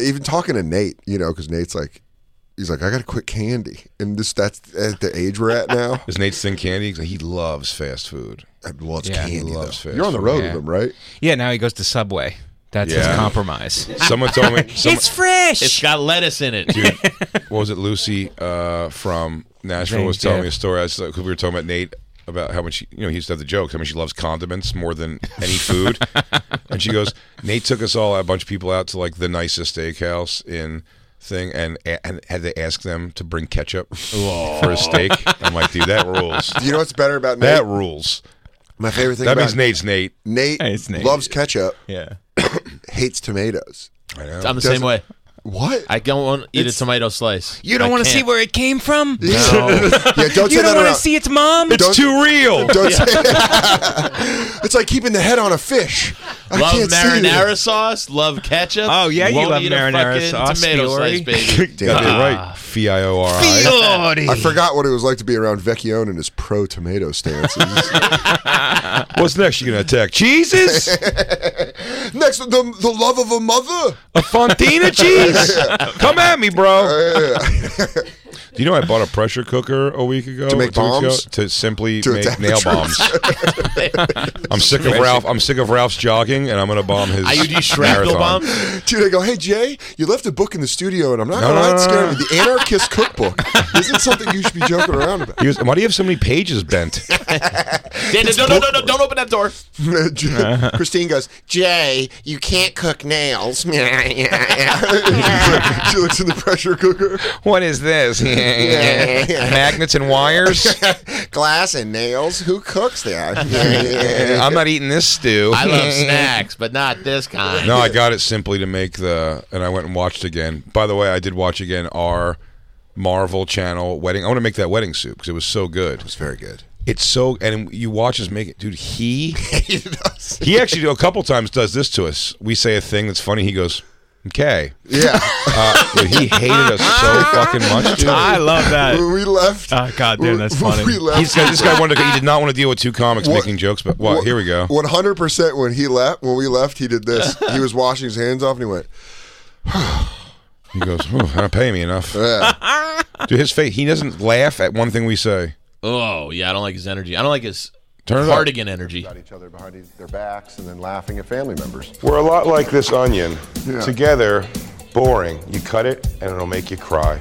E: Even talking to Nate, you know, because Nate's like, he's like, I got to quit candy, and this that's at the age we're at now.
D: Is Nate thing candy? He loves fast food.
E: well, it's
H: Yeah, he
E: candy.
D: loves
E: though.
D: fast
E: You're on the road
H: Yeah.
E: with him, right?
H: Yeah, now he goes to Subway. That's
D: Yeah.
H: his compromise.
D: Someone told me, someone,
H: fresh.
F: It's got lettuce in it.
D: dude, what was it? Lucy uh, from Nashville was
H: Thanks,
D: telling
H: yeah.
D: me a story. I was because we were talking about Nate about how much she, you know he used to have the jokes. I mean, she loves condiments more than any food. and she goes, Nate took us all a bunch of people out to like the nicest steakhouse in thing, and and had to ask them to bring ketchup for a steak. I'm like, dude, that rules.
E: You know what's better about Nate?
D: That rules.
E: My favorite thing
D: That
E: about
D: means Nate's Nate.
E: Nate,
H: Hey, it's Nate.
E: loves ketchup,
H: yeah.
E: hates tomatoes.
D: I know.
F: I'm the same way.
E: What?
F: I don't want to eat a tomato slice.
H: You don't want to see where it came from?
E: yeah, don't say
H: You
E: that
H: don't want
E: around.
H: to see its mom?
E: Don't-
D: it's too real.
E: Don't say It's like keeping the head on a fish. I
F: Love
E: can't
F: marinara
E: See
F: sauce. Love ketchup.
H: Oh, yeah, you
F: Won't
H: love
F: eat a
H: marinara
F: fucking
H: sauce,
F: Tomato slice,
H: Fiore.
F: baby.
E: it. Damn
D: Got
E: it.
D: it right. F I O R I.
E: I forgot what it was like to be around Vecchione and his pro tomato stances.
D: What's next? You gonna attack cheeses?
E: Next, the, the love of a mother.
D: A Fontina cheese? Come at me, bro. Do you know I bought a pressure cooker a week ago?
E: To make
D: two weeks ago,
E: bombs?
D: to simply
E: To
D: make
E: attack
D: nail
E: the
D: bombs. I'm sick of Ralph. I'm sick of Ralph's jogging, and I'm gonna bomb his.
F: Are you do shrapnel
D: marathon.
F: bomb?
E: Dude, I go, hey, Jay, you left a book in the studio, and I'm not
D: No,
E: going to
D: no,
E: lie,
D: no,
E: it
D: no.
E: scared me. The Anarchist Cookbook isn't something you should be joking around about.
D: He was- why do you have so many pages bent?
F: Dan, no, no, no, no, don't open that door.
E: Christine goes, Jay, you can't cook nails. she looks in the pressure cooker.
D: what is this? Magnets and wires.
E: Glass and nails. Who cooks that?
D: I'm not eating this stew.
F: I love snacks, but not this kind.
D: No, I got it simply to make the, and I went and watched again. By the way, I did watch again our Marvel Channel wedding. I want to make that wedding soup because it was so good. It was very good. It's so, and you watch us make it, dude. He he actually a couple times does this to us. We say a thing that's funny. He goes, "Okay,"
E: yeah.
D: uh, dude, he hated us so fucking much. Dude.
H: I love that.
E: When we left.
H: Oh, God damn, that's
E: when
H: funny.
E: We left,
D: He's, this guy wanted to. He did not want to deal with two comics
E: What-
D: making jokes. But what? here we go.
E: One hundred percent. When he left, when we left, he did this. He was washing his hands off, and he went,
D: He goes, oh, "They don't pay me enough."
E: "Yeah."
D: Dude, his face. He doesn't laugh at one thing we say.
F: Oh, yeah, I don't like his energy. I don't like his
D: Turn it up.
F: cardigan energy.
E: each other behind their backs, and then laughing at family members.
D: We're a lot like this onion.
E: Yeah.
D: Together, boring. You cut it and it'll make you cry.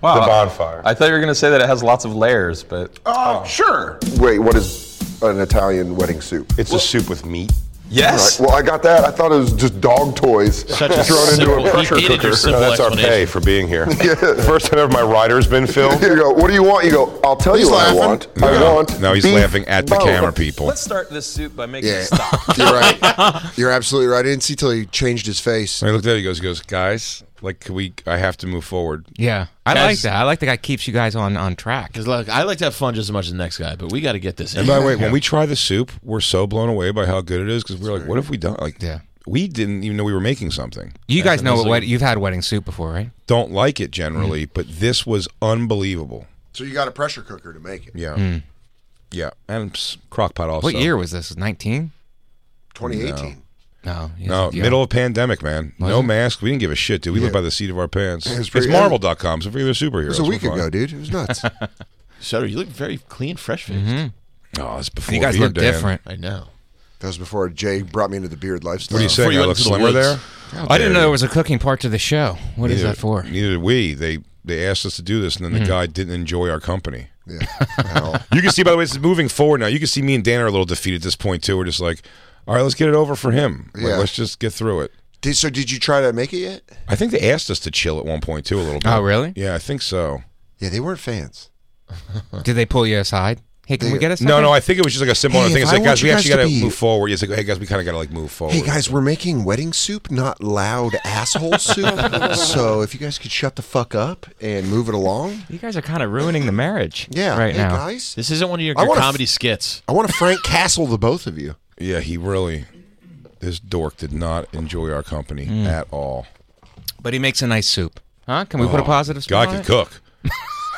J: Wow.
D: The bonfire.
J: I thought you were going to say that it has lots of layers, but
K: Oh,
D: Oh.
E: Wait, what is an Italian wedding soup?
D: It's a soup with meat.
J: Yes.
K: All right, well, I got that. I thought it was just dog toys
F: Such a
K: thrown
F: simple-
K: into a
F: you
K: pressure
F: needed your
K: cooker.
F: simple
L: No, that's our pay
F: explanation.
L: for being here.
K: Yeah.
L: First time ever my rider's been filled.
K: You go, what do you want? You go, I'll tell
L: He's
K: you what
L: laughing.
K: I want. I
D: No,
K: want.
D: no, he's
K: beef
D: laughing at the
K: bowl."
D: camera people.
J: Let's start this suit by making
E: Yeah,
J: it stop.
E: you're right. You're absolutely right. I didn't see till he changed his face.
D: I looked at it. He goes, he "Goes, guys, like can we? I have to move forward."
H: Yeah, I
F: Guys-
H: like that. I like that guy keeps you guys on on track.
F: Because look, I like to have fun just as much as the next guy, but we got to get this.
D: And
F: in.
D: by the way, when we try the soup, we're so blown away by how good it is because we're like, "What have we done?" Like,
H: Yeah.
D: we didn't even know we were making something.
H: You guys know what
D: Like,
H: wed- you've had wedding soup before, right?
D: Don't like it generally,
H: Mm.
D: but this was unbelievable.
E: So you got a pressure cooker to make it.
D: Yeah,
H: Mm.
D: yeah, and s- crockpot also.
H: What year was this? Nineteen?
E: 2018.
H: No, yes,
D: No,
H: yeah.
D: middle of pandemic, man.
H: Was
D: no
H: it?
D: mask. We didn't give a shit, dude. We
E: Yeah.
D: lived by the seat of our pants.
E: It was
D: It's
E: pretty-
D: Marvel.com, so figure they're superheroes.
E: It was a week
D: We're fine.
E: ago, dude. It was nuts.
F: Sutter, you look very clean, fresh faced.
H: Mhm.
D: Oh, it's before
H: You guys
D: beer,
H: look
D: Dan.
H: different.
F: I know.
E: That was before Jay brought me into the beard lifestyle.
D: What are you
F: Before
D: saying?
F: you
D: I
F: went
D: look
F: to the
D: slimmer there.
F: woods.
D: How
H: I didn't
D: dare
H: know
D: you.
H: there was a cooking part to the show. What is
D: Neither-
H: that for? Mm.
D: Neither did we. They they asked us to do this, and then the guy didn't enjoy our company.
E: Yeah. Well,
D: You can see, by the way, it's moving forward now. You can see me and Dan are a little defeated at this point too. We're just like, all right, let's get it over for him. Like,
E: Yeah.
D: Let's just get through it.
E: did, so did you try to make it yet?
D: I think they asked us to chill at one point too, a little bit.
H: Oh, really?
D: Yeah, I think so.
E: Yeah, they weren't fans.
H: Did they pull you aside? Hey, can we get us?
D: No, no, I think it was just like a simple
E: Hey,
D: thing.
E: if
D: It's
E: I
D: like,
E: want
D: guys,
E: you
D: we
E: guys
D: actually
E: to
D: got to
E: be-
D: move forward. It's like, hey, guys, we kind of got to like move forward.
E: Hey guys, we're making wedding soup, not loud asshole soup. so if you guys could shut the fuck up and move it along,
H: You guys are kind of ruining the marriage.
E: yeah.
H: right
E: hey
H: now.
E: guys,
F: This isn't one of your,
E: I
F: your
E: wanna f-
F: comedy skits.
E: I want to Frank Castle the both of you.
D: Yeah, he really. This dork did not enjoy our company
E: Hmm.
D: at all.
H: But he makes a nice soup. Huh? Can we put a positive spin
D: Guy
H: on
D: can
H: it?
D: Oh, cook.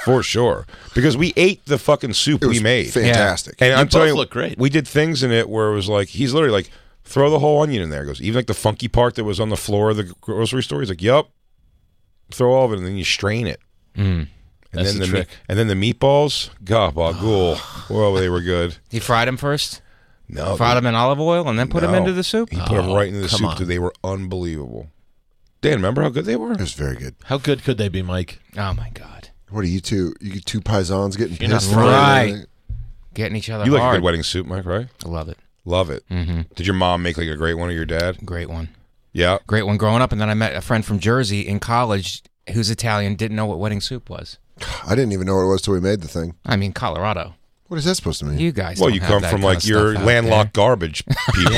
D: For sure, because we ate the fucking soup
E: It was
D: we made.
E: fantastic.
D: And I'm
F: both
D: telling you,
F: look great.
D: we did things in it where it was like he's literally like throw the whole onion in there. He goes even like the funky part that was on the floor of the grocery store. He's like, "Yep, throw all of it, and then you strain it." And
F: That's
D: then
F: the
D: me-
F: trick.
D: and then the meatballs, gabagool. well, they were good.
H: He fried him first.
D: No,
H: fried
D: dude,
H: him in olive oil and then put him
D: Oh, no.
H: into the soup.
D: He put them
F: Oh,
D: right into the
F: come
D: soup.
F: on.
D: Dude, they were unbelievable. Dan, remember how good they were?
E: It was very good.
F: How good could they be, Mike?
H: Oh my god,
E: What are you two? You two paisans getting
F: You're not
E: pissed? at
H: right.
E: me?
H: getting each other
D: You like a
H: hard.
D: good wedding soup, Mike? Right?
H: I love it.
D: Love it. Mm-hmm. Did your mom make like a great one or your dad?
H: Great one.
D: Yeah.
H: Great one growing up, and then I met a friend from Jersey in college who's Italian. Didn't know what wedding soup was.
E: I didn't even know what it was till we made the thing.
H: I mean, Colorado.
E: What is that supposed to mean?
H: You guys.
D: Well,
H: don't
D: you
H: have
D: come
H: that
D: from
H: kind
D: like
H: of
D: your
H: stuff out
D: landlocked garbage people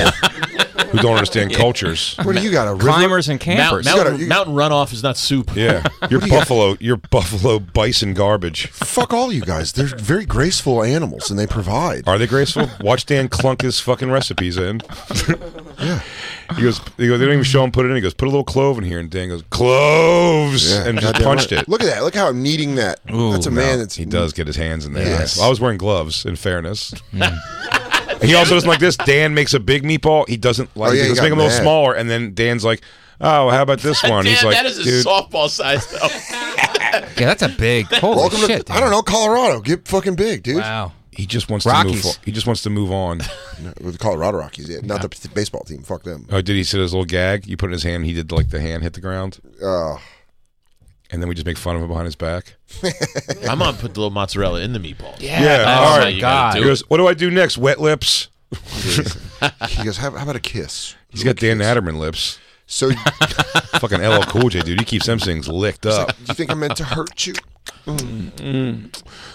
D: who don't understand cultures.
E: what do you got? A
H: there.
E: river?
H: climbers and
F: Mount,
H: campers.
F: mountain,
E: gotta- you-
F: mountain runoff is not soup.
D: Yeah, your buffalo, your buffalo bison garbage.
E: Fuck all you guys. They're very graceful animals, and they provide.
D: Are they graceful? Watch Dan clunk his fucking recipes in. He goes, he goes. They don't even show him put it in. He goes, put a little clove in here, and Dan goes, cloves,
E: Yeah,
D: and just
E: goddamn
D: punched
E: right.
D: it.
E: Look at that. Look how I'm needing that. that's a man that's
D: he does get his hands in there.
E: Yes.
D: I was wearing gloves. In fairness, he also doesn't like this. Dan makes a big meatball. He doesn't like.
E: Oh, yeah,
D: it.
E: he
D: Let's
E: got
D: make him a little
E: mad.
D: smaller, and then Dan's like, "Oh, how about this one?"
F: Damn,
D: He's like,
F: that is a
D: "Dude,
F: softball size though.
H: yeah, that's a big. Holy
E: Welcome
H: shit!
E: to I don't know Colorado. Get fucking big, dude.
H: dude. Wow.
D: he just wants to
H: Rockies.
D: move. On. He just wants to move on."
E: No, with the Colorado Rockies, yeah, not the baseball team. Fuck them.
D: oh, did he said his little gag? You put it in his hand. He did like the hand hit the ground,
E: Uh,
D: and then we just make fun of him behind his back.
F: My mom put the little mozzarella in the meatball.
H: Yeah.
D: Yeah,
H: that's-
D: all
H: oh
D: right.
H: my
F: You
H: god.
F: gotta
D: He
F: do it.
D: goes, "What do I do next? Wet lips."
E: he goes, how, how about a kiss?
D: He's got Dan Natterman lips.
E: So, do
D: Fucking LL Cool J, dude. He keeps them things licked up.
E: you think I'm meant to hurt you?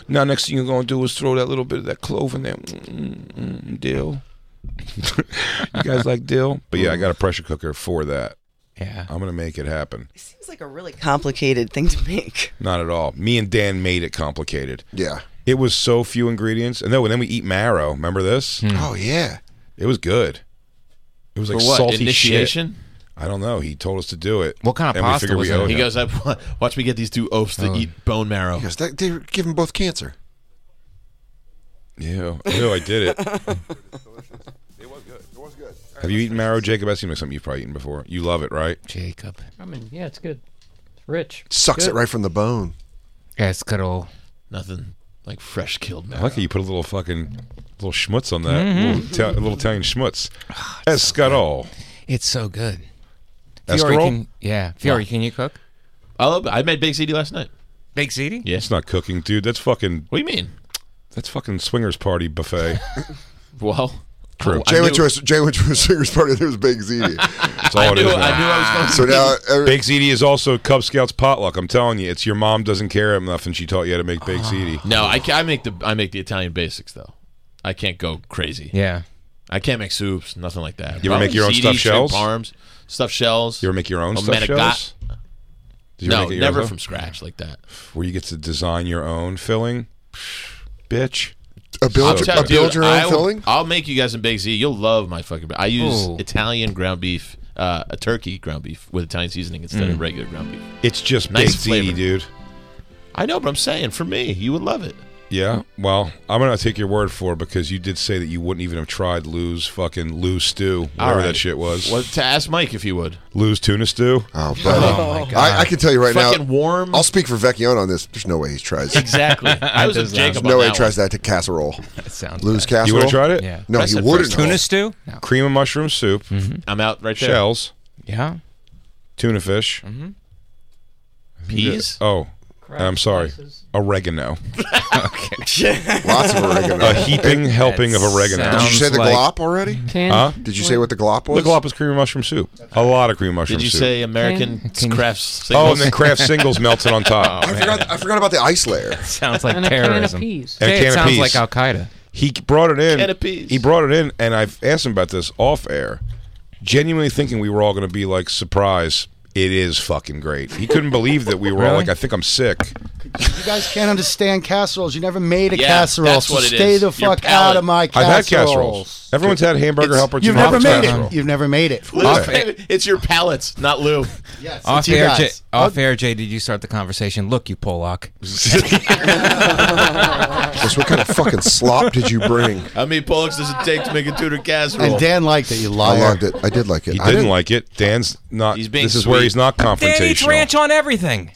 D: Now, next thing you're gonna do is throw that little bit of that clove in there. Mm, mm, dill. you guys like dill? But yeah, I got a pressure cooker for that.
H: Yeah.
D: I'm gonna make it happen.
I: It seems like a really complicated thing to make.
D: Not at all. Me and Dan made it complicated.
E: Yeah.
D: It was so few ingredients, and then and then we eat marrow. Remember this?
E: Oh yeah.
D: It was good. It was
F: For
D: like
F: what?
D: salty shit.
F: Initiation.
D: I don't know. He told us to do it.
H: What kind of
D: and
H: pasta
D: we figured
H: was
D: we
H: it?
D: owed
F: He
D: him.
F: goes, I, watch me get these two oafs
D: Uh.
F: that eat bone marrow.
E: He goes, that, they're giving both cancer.
D: Ew, ew, I did it.
E: It was good.
D: Have you eaten marrow, Jacob? That seems like something you've probably eaten before. You love it, right?
H: Jacob.
G: I mean, yeah, it's good. It's rich.
E: Sucks
G: Good.
E: it right from the bone.
H: Yeah, it's good old.
F: Nothing like fresh killed
D: I
F: marrow.
D: like how you put a little fucking little schmutz on that little, Ita- little Italian schmutz. Escarole.
H: It's so good. Fiore,
D: Escarole.
H: can, yeah. Fiore, can you cook?
F: I, love, I made baked ziti last night.
H: Big ziti?
F: Yeah.
D: It's not cooking, dude. That's fucking
F: What do you mean?
D: that's fucking swingers party buffet.
F: Well,
D: True.
E: Jay went, to a, Jay went to a singer's party. There was Big Ziti.
D: That's all it is. now.
E: So now uh, every,
D: Baked ziti is also Cub Scouts potluck. I'm telling you, it's your mom doesn't care enough, and she taught you how to make baked ziti.
F: No, I, ca- I make the I make the Italian basics though. I can't go crazy.
H: Yeah.
F: I can't make soups, nothing like that.
D: You ever make your own
F: CD,
D: stuffed
F: shrimp
D: shells?
F: Parms, stuffed shells.
D: You ever make your own
F: Oh, a
D: stuffed
F: manicotti-
D: shells? Did you ever
F: No,
D: make it
F: never
D: yourself?
F: from scratch like that.
D: Where you get to design your own filling, bitch.
E: a build,
F: I'll
E: your-
F: tell
E: a
F: you,
E: build
F: dude,
E: your own
F: I will-
E: filling?
D: Oh,
F: I'll make you guys some baked ziti. You'll love my fucking. I use
H: Ooh.
F: Italian ground beef, uh, a turkey ground beef with Italian seasoning instead of regular ground beef.
D: It's just
F: Nice
D: baked
F: flavor.
D: ziti, dude.
F: I know, but I'm saying for me, you would love it.
D: Yeah. Well, I'm gonna take your word for it because you did say that you wouldn't even have tried Lou's fucking Lou stew, whatever
F: All right.
D: that shit was.
F: Well, to ask Mike if you would.
D: Lou's tuna stew.
E: Oh, buddy. I, I can tell you right now.
F: Fucking warm.
E: I'll speak for Vecchione on this. There's no way he tries. There's
F: Exactly. I was with
H: That does
F: Jacob.
E: no
F: on
E: way he
F: that
E: tries that to casserole.
H: That sounds
E: Lou's
H: bad.
E: casserole.
D: You would have tried it?
H: Yeah.
E: No,
F: I
E: he
F: said
E: wouldn't.
F: first
E: have.
H: Tuna stew? No.
D: Cream of mushroom soup,
F: one. I'm out right there.
D: shells,
H: Yeah.
D: tuna fish.
F: Mm-hmm. Peas.
D: Oh,
G: Crab
D: I'm sorry.
G: slices.
D: Oregano.
E: Lots of oregano.
D: A heaping helping of oregano.
E: Did you say the
H: Sounds like-
E: glop already?
G: Tan-
D: Huh?
E: Did you say what the glop was?
D: The glop is cream of mushroom soup. A lot of cream of mushroom
F: Did you
D: soup.
F: say American
H: Can you-
F: craft
D: oh,
F: singles?
D: and then Kraft singles melted on top.
E: I forgot, I forgot about the ice layer.
G: and
H: Sounds like
G: a can of
H: terrorism.
G: peas.
D: And a
H: Hey,
D: can
H: it
D: of
H: sounds
D: peas.
H: like Al Qaeda.
D: He brought it
F: Can
D: in.
F: of peas.
D: He brought it in, and I've asked him about this off air, genuinely thinking we were all going to be like, surprise, it is fucking great. He couldn't believe that we were all
H: Really?
D: like, I think I'm sick.
M: You guys can't understand casseroles. You never made a
F: Yeah,
M: casserole.
F: that's
M: so
F: what it
M: stay
F: is.
M: the
F: Your
M: fuck
F: palate.
M: out of my
D: I've
M: casseroles.
D: had casseroles. Everyone's had hamburger helper.
M: You've
D: tuna
M: never
D: fish
M: made
D: casserole.
M: it. You've never made it.
H: Off air,
F: it's your palates, not Lou.
H: off,
M: you
H: air,
M: guys.
H: Jay, off air, Jay, did you start the conversation? Look, you Pollock.
E: Just what kind of fucking slop did you bring?
F: How many Pollocks does it take to make a tuna casserole?
M: And Dan liked it. You
B: uh,
E: I
M: liar.
E: loved it. I did like it.
D: He
E: I
D: didn't like it. Dan's not.
F: He's being
D: this is where
F: sweet.
D: he's not
H: Dan eats
D: confrontational.
H: ranch on everything.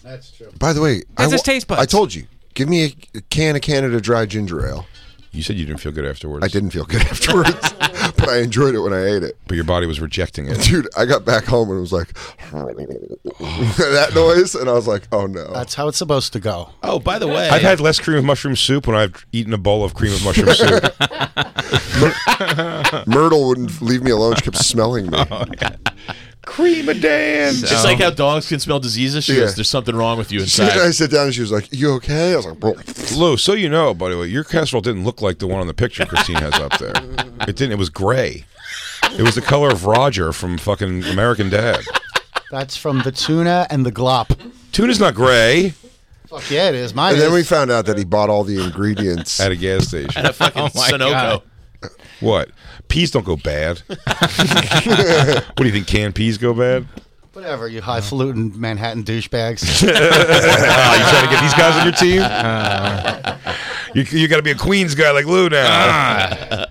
E: By the way, I,
H: That's his
E: wa-
H: taste buds.
E: I told you, give me a, a can of Canada Dry ginger ale.
D: You said you didn't feel good afterwards.
E: I didn't feel good afterwards, but I enjoyed it when I ate it.
D: but your body was rejecting it.
E: Dude, I got back home and it was like that noise, and I was like, "Oh no!"
M: That's how it's supposed to go.
F: Oh, by the way,
D: I've had less cream of mushroom soup when I've eaten a bowl of cream of mushroom soup.
E: Myrtle wouldn't leave me alone; she kept smelling me.
D: cream of Dan.
F: It's like how dogs can smell diseases. She
E: Yeah.
F: goes, "There's something wrong with you
E: She- I
F: inside."
E: sat down and she was like, "You okay?" I was like, "Bro,
D: Lou, so you know, by the way, your casserole didn't look like the one on the picture Christine has up there. It didn't. It was gray. It was the color of Roger from fucking American Dad.
M: That's from the tuna and the glop.
D: Tuna's not gray
M: Fuck yeah, it is. Mine
E: And
M: is.
E: then we found out that he bought all the ingredients.
D: at a gas station.
F: At a fucking Sunoco.
H: God.
D: What? Peas don't go bad. what do you think? Canned peas go bad?
M: Whatever, you highfalutin Manhattan douchebags.
D: Ah, you trying to get these guys on your team?
F: Uh.
D: you you got to be a Queens guy like Lou now.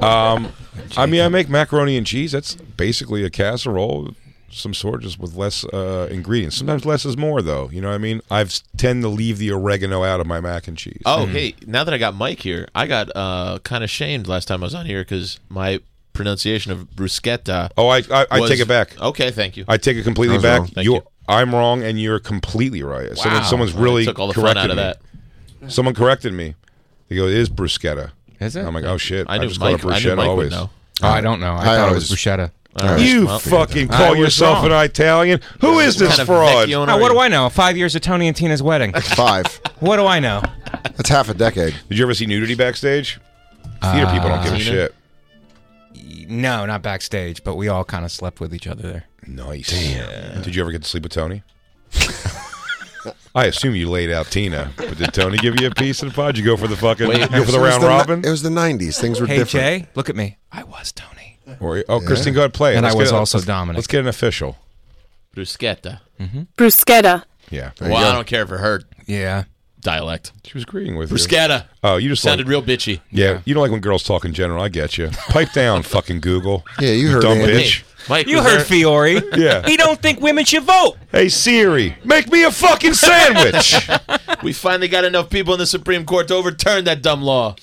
F: Ah.
D: um, I mean, I make macaroni and cheese. That's basically a casserole, of some sort, just with less uh, ingredients. Sometimes less is more, though. You know what I mean? I tend to leave the oregano out of my mac and cheese.
F: Oh, hey! Now that I got Mike here, I got uh, kind of shamed last time I was on here because my pronunciation of bruschetta.
D: Oh, I I, I
F: was-
D: take it back.
F: Okay, thank you.
D: I take it completely
E: was wrong.
D: back.
F: Thank
D: You're-
F: you.
D: I'm wrong, and you're completely right. Someone, someone's
F: Well, I
D: really
F: took all the fun
D: corrected
F: out of
D: me.
F: that.
D: Someone corrected me. They go, "It is bruschetta."
H: Is it?
D: I'm like, "Oh shit!"
F: I knew
D: just
F: Mike.
D: called it
F: I knew
D: bruschetta
F: Mike
D: always.
F: would know.
H: Oh, I don't know. I,
E: I
H: thought
E: always-
H: it was bruschetta.
F: All right.
D: You
F: Well,
D: fucking
H: I
D: call
H: was
D: yourself
H: wrong.
D: an Italian? Who is this
F: kind of
D: fraud?
F: Vecchione
H: Oh, what
F: are
H: do
F: you?
H: I know? Five years of Tony and Tina's wedding.
E: Five.
H: what do I know?
E: That's half a decade.
D: Did you ever see nudity backstage? Theater people don't give a
F: Tina?
D: shit.
H: No, not backstage, but we all kind of slept with each other there.
D: Nice. Did you ever get to sleep with Tony? I assume you laid out Tina, but did Tony give you a piece of the pod? Did you go for the fucking,
F: Wait,
D: go for the
E: It was
D: round
E: ni-
D: robin?
E: It was the '90s. Things were
H: Hey,
E: different.
H: Jay, look at me. I was Tony.
D: Or, oh, Christine, go ahead play. it.
H: And I
D: Let's
H: was
D: get a-
H: also
D: let's-
H: Dominic.
D: Let's get an official.
F: bruschetta.
N: bruschetta.
D: Yeah,
F: Well, I don't care for her
H: Yeah.
F: dialect.
D: she was agreeing with you.
F: Bruschetta
D: Oh, you just
F: sounded
D: like,
F: real bitchy.
D: yeah, You don't like when girls talk in general. I get you. Pipe down, fucking Google.
E: Yeah, you heard
D: dumb
E: Andy.
D: bitch.
F: Mike,
H: You
F: was
H: heard
F: there-
H: Fiore.
D: Yeah.
H: He don't think women should vote.
D: Hey Siri, make me a fucking sandwich.
F: We finally got enough people in the Supreme Court to overturn that dumb law.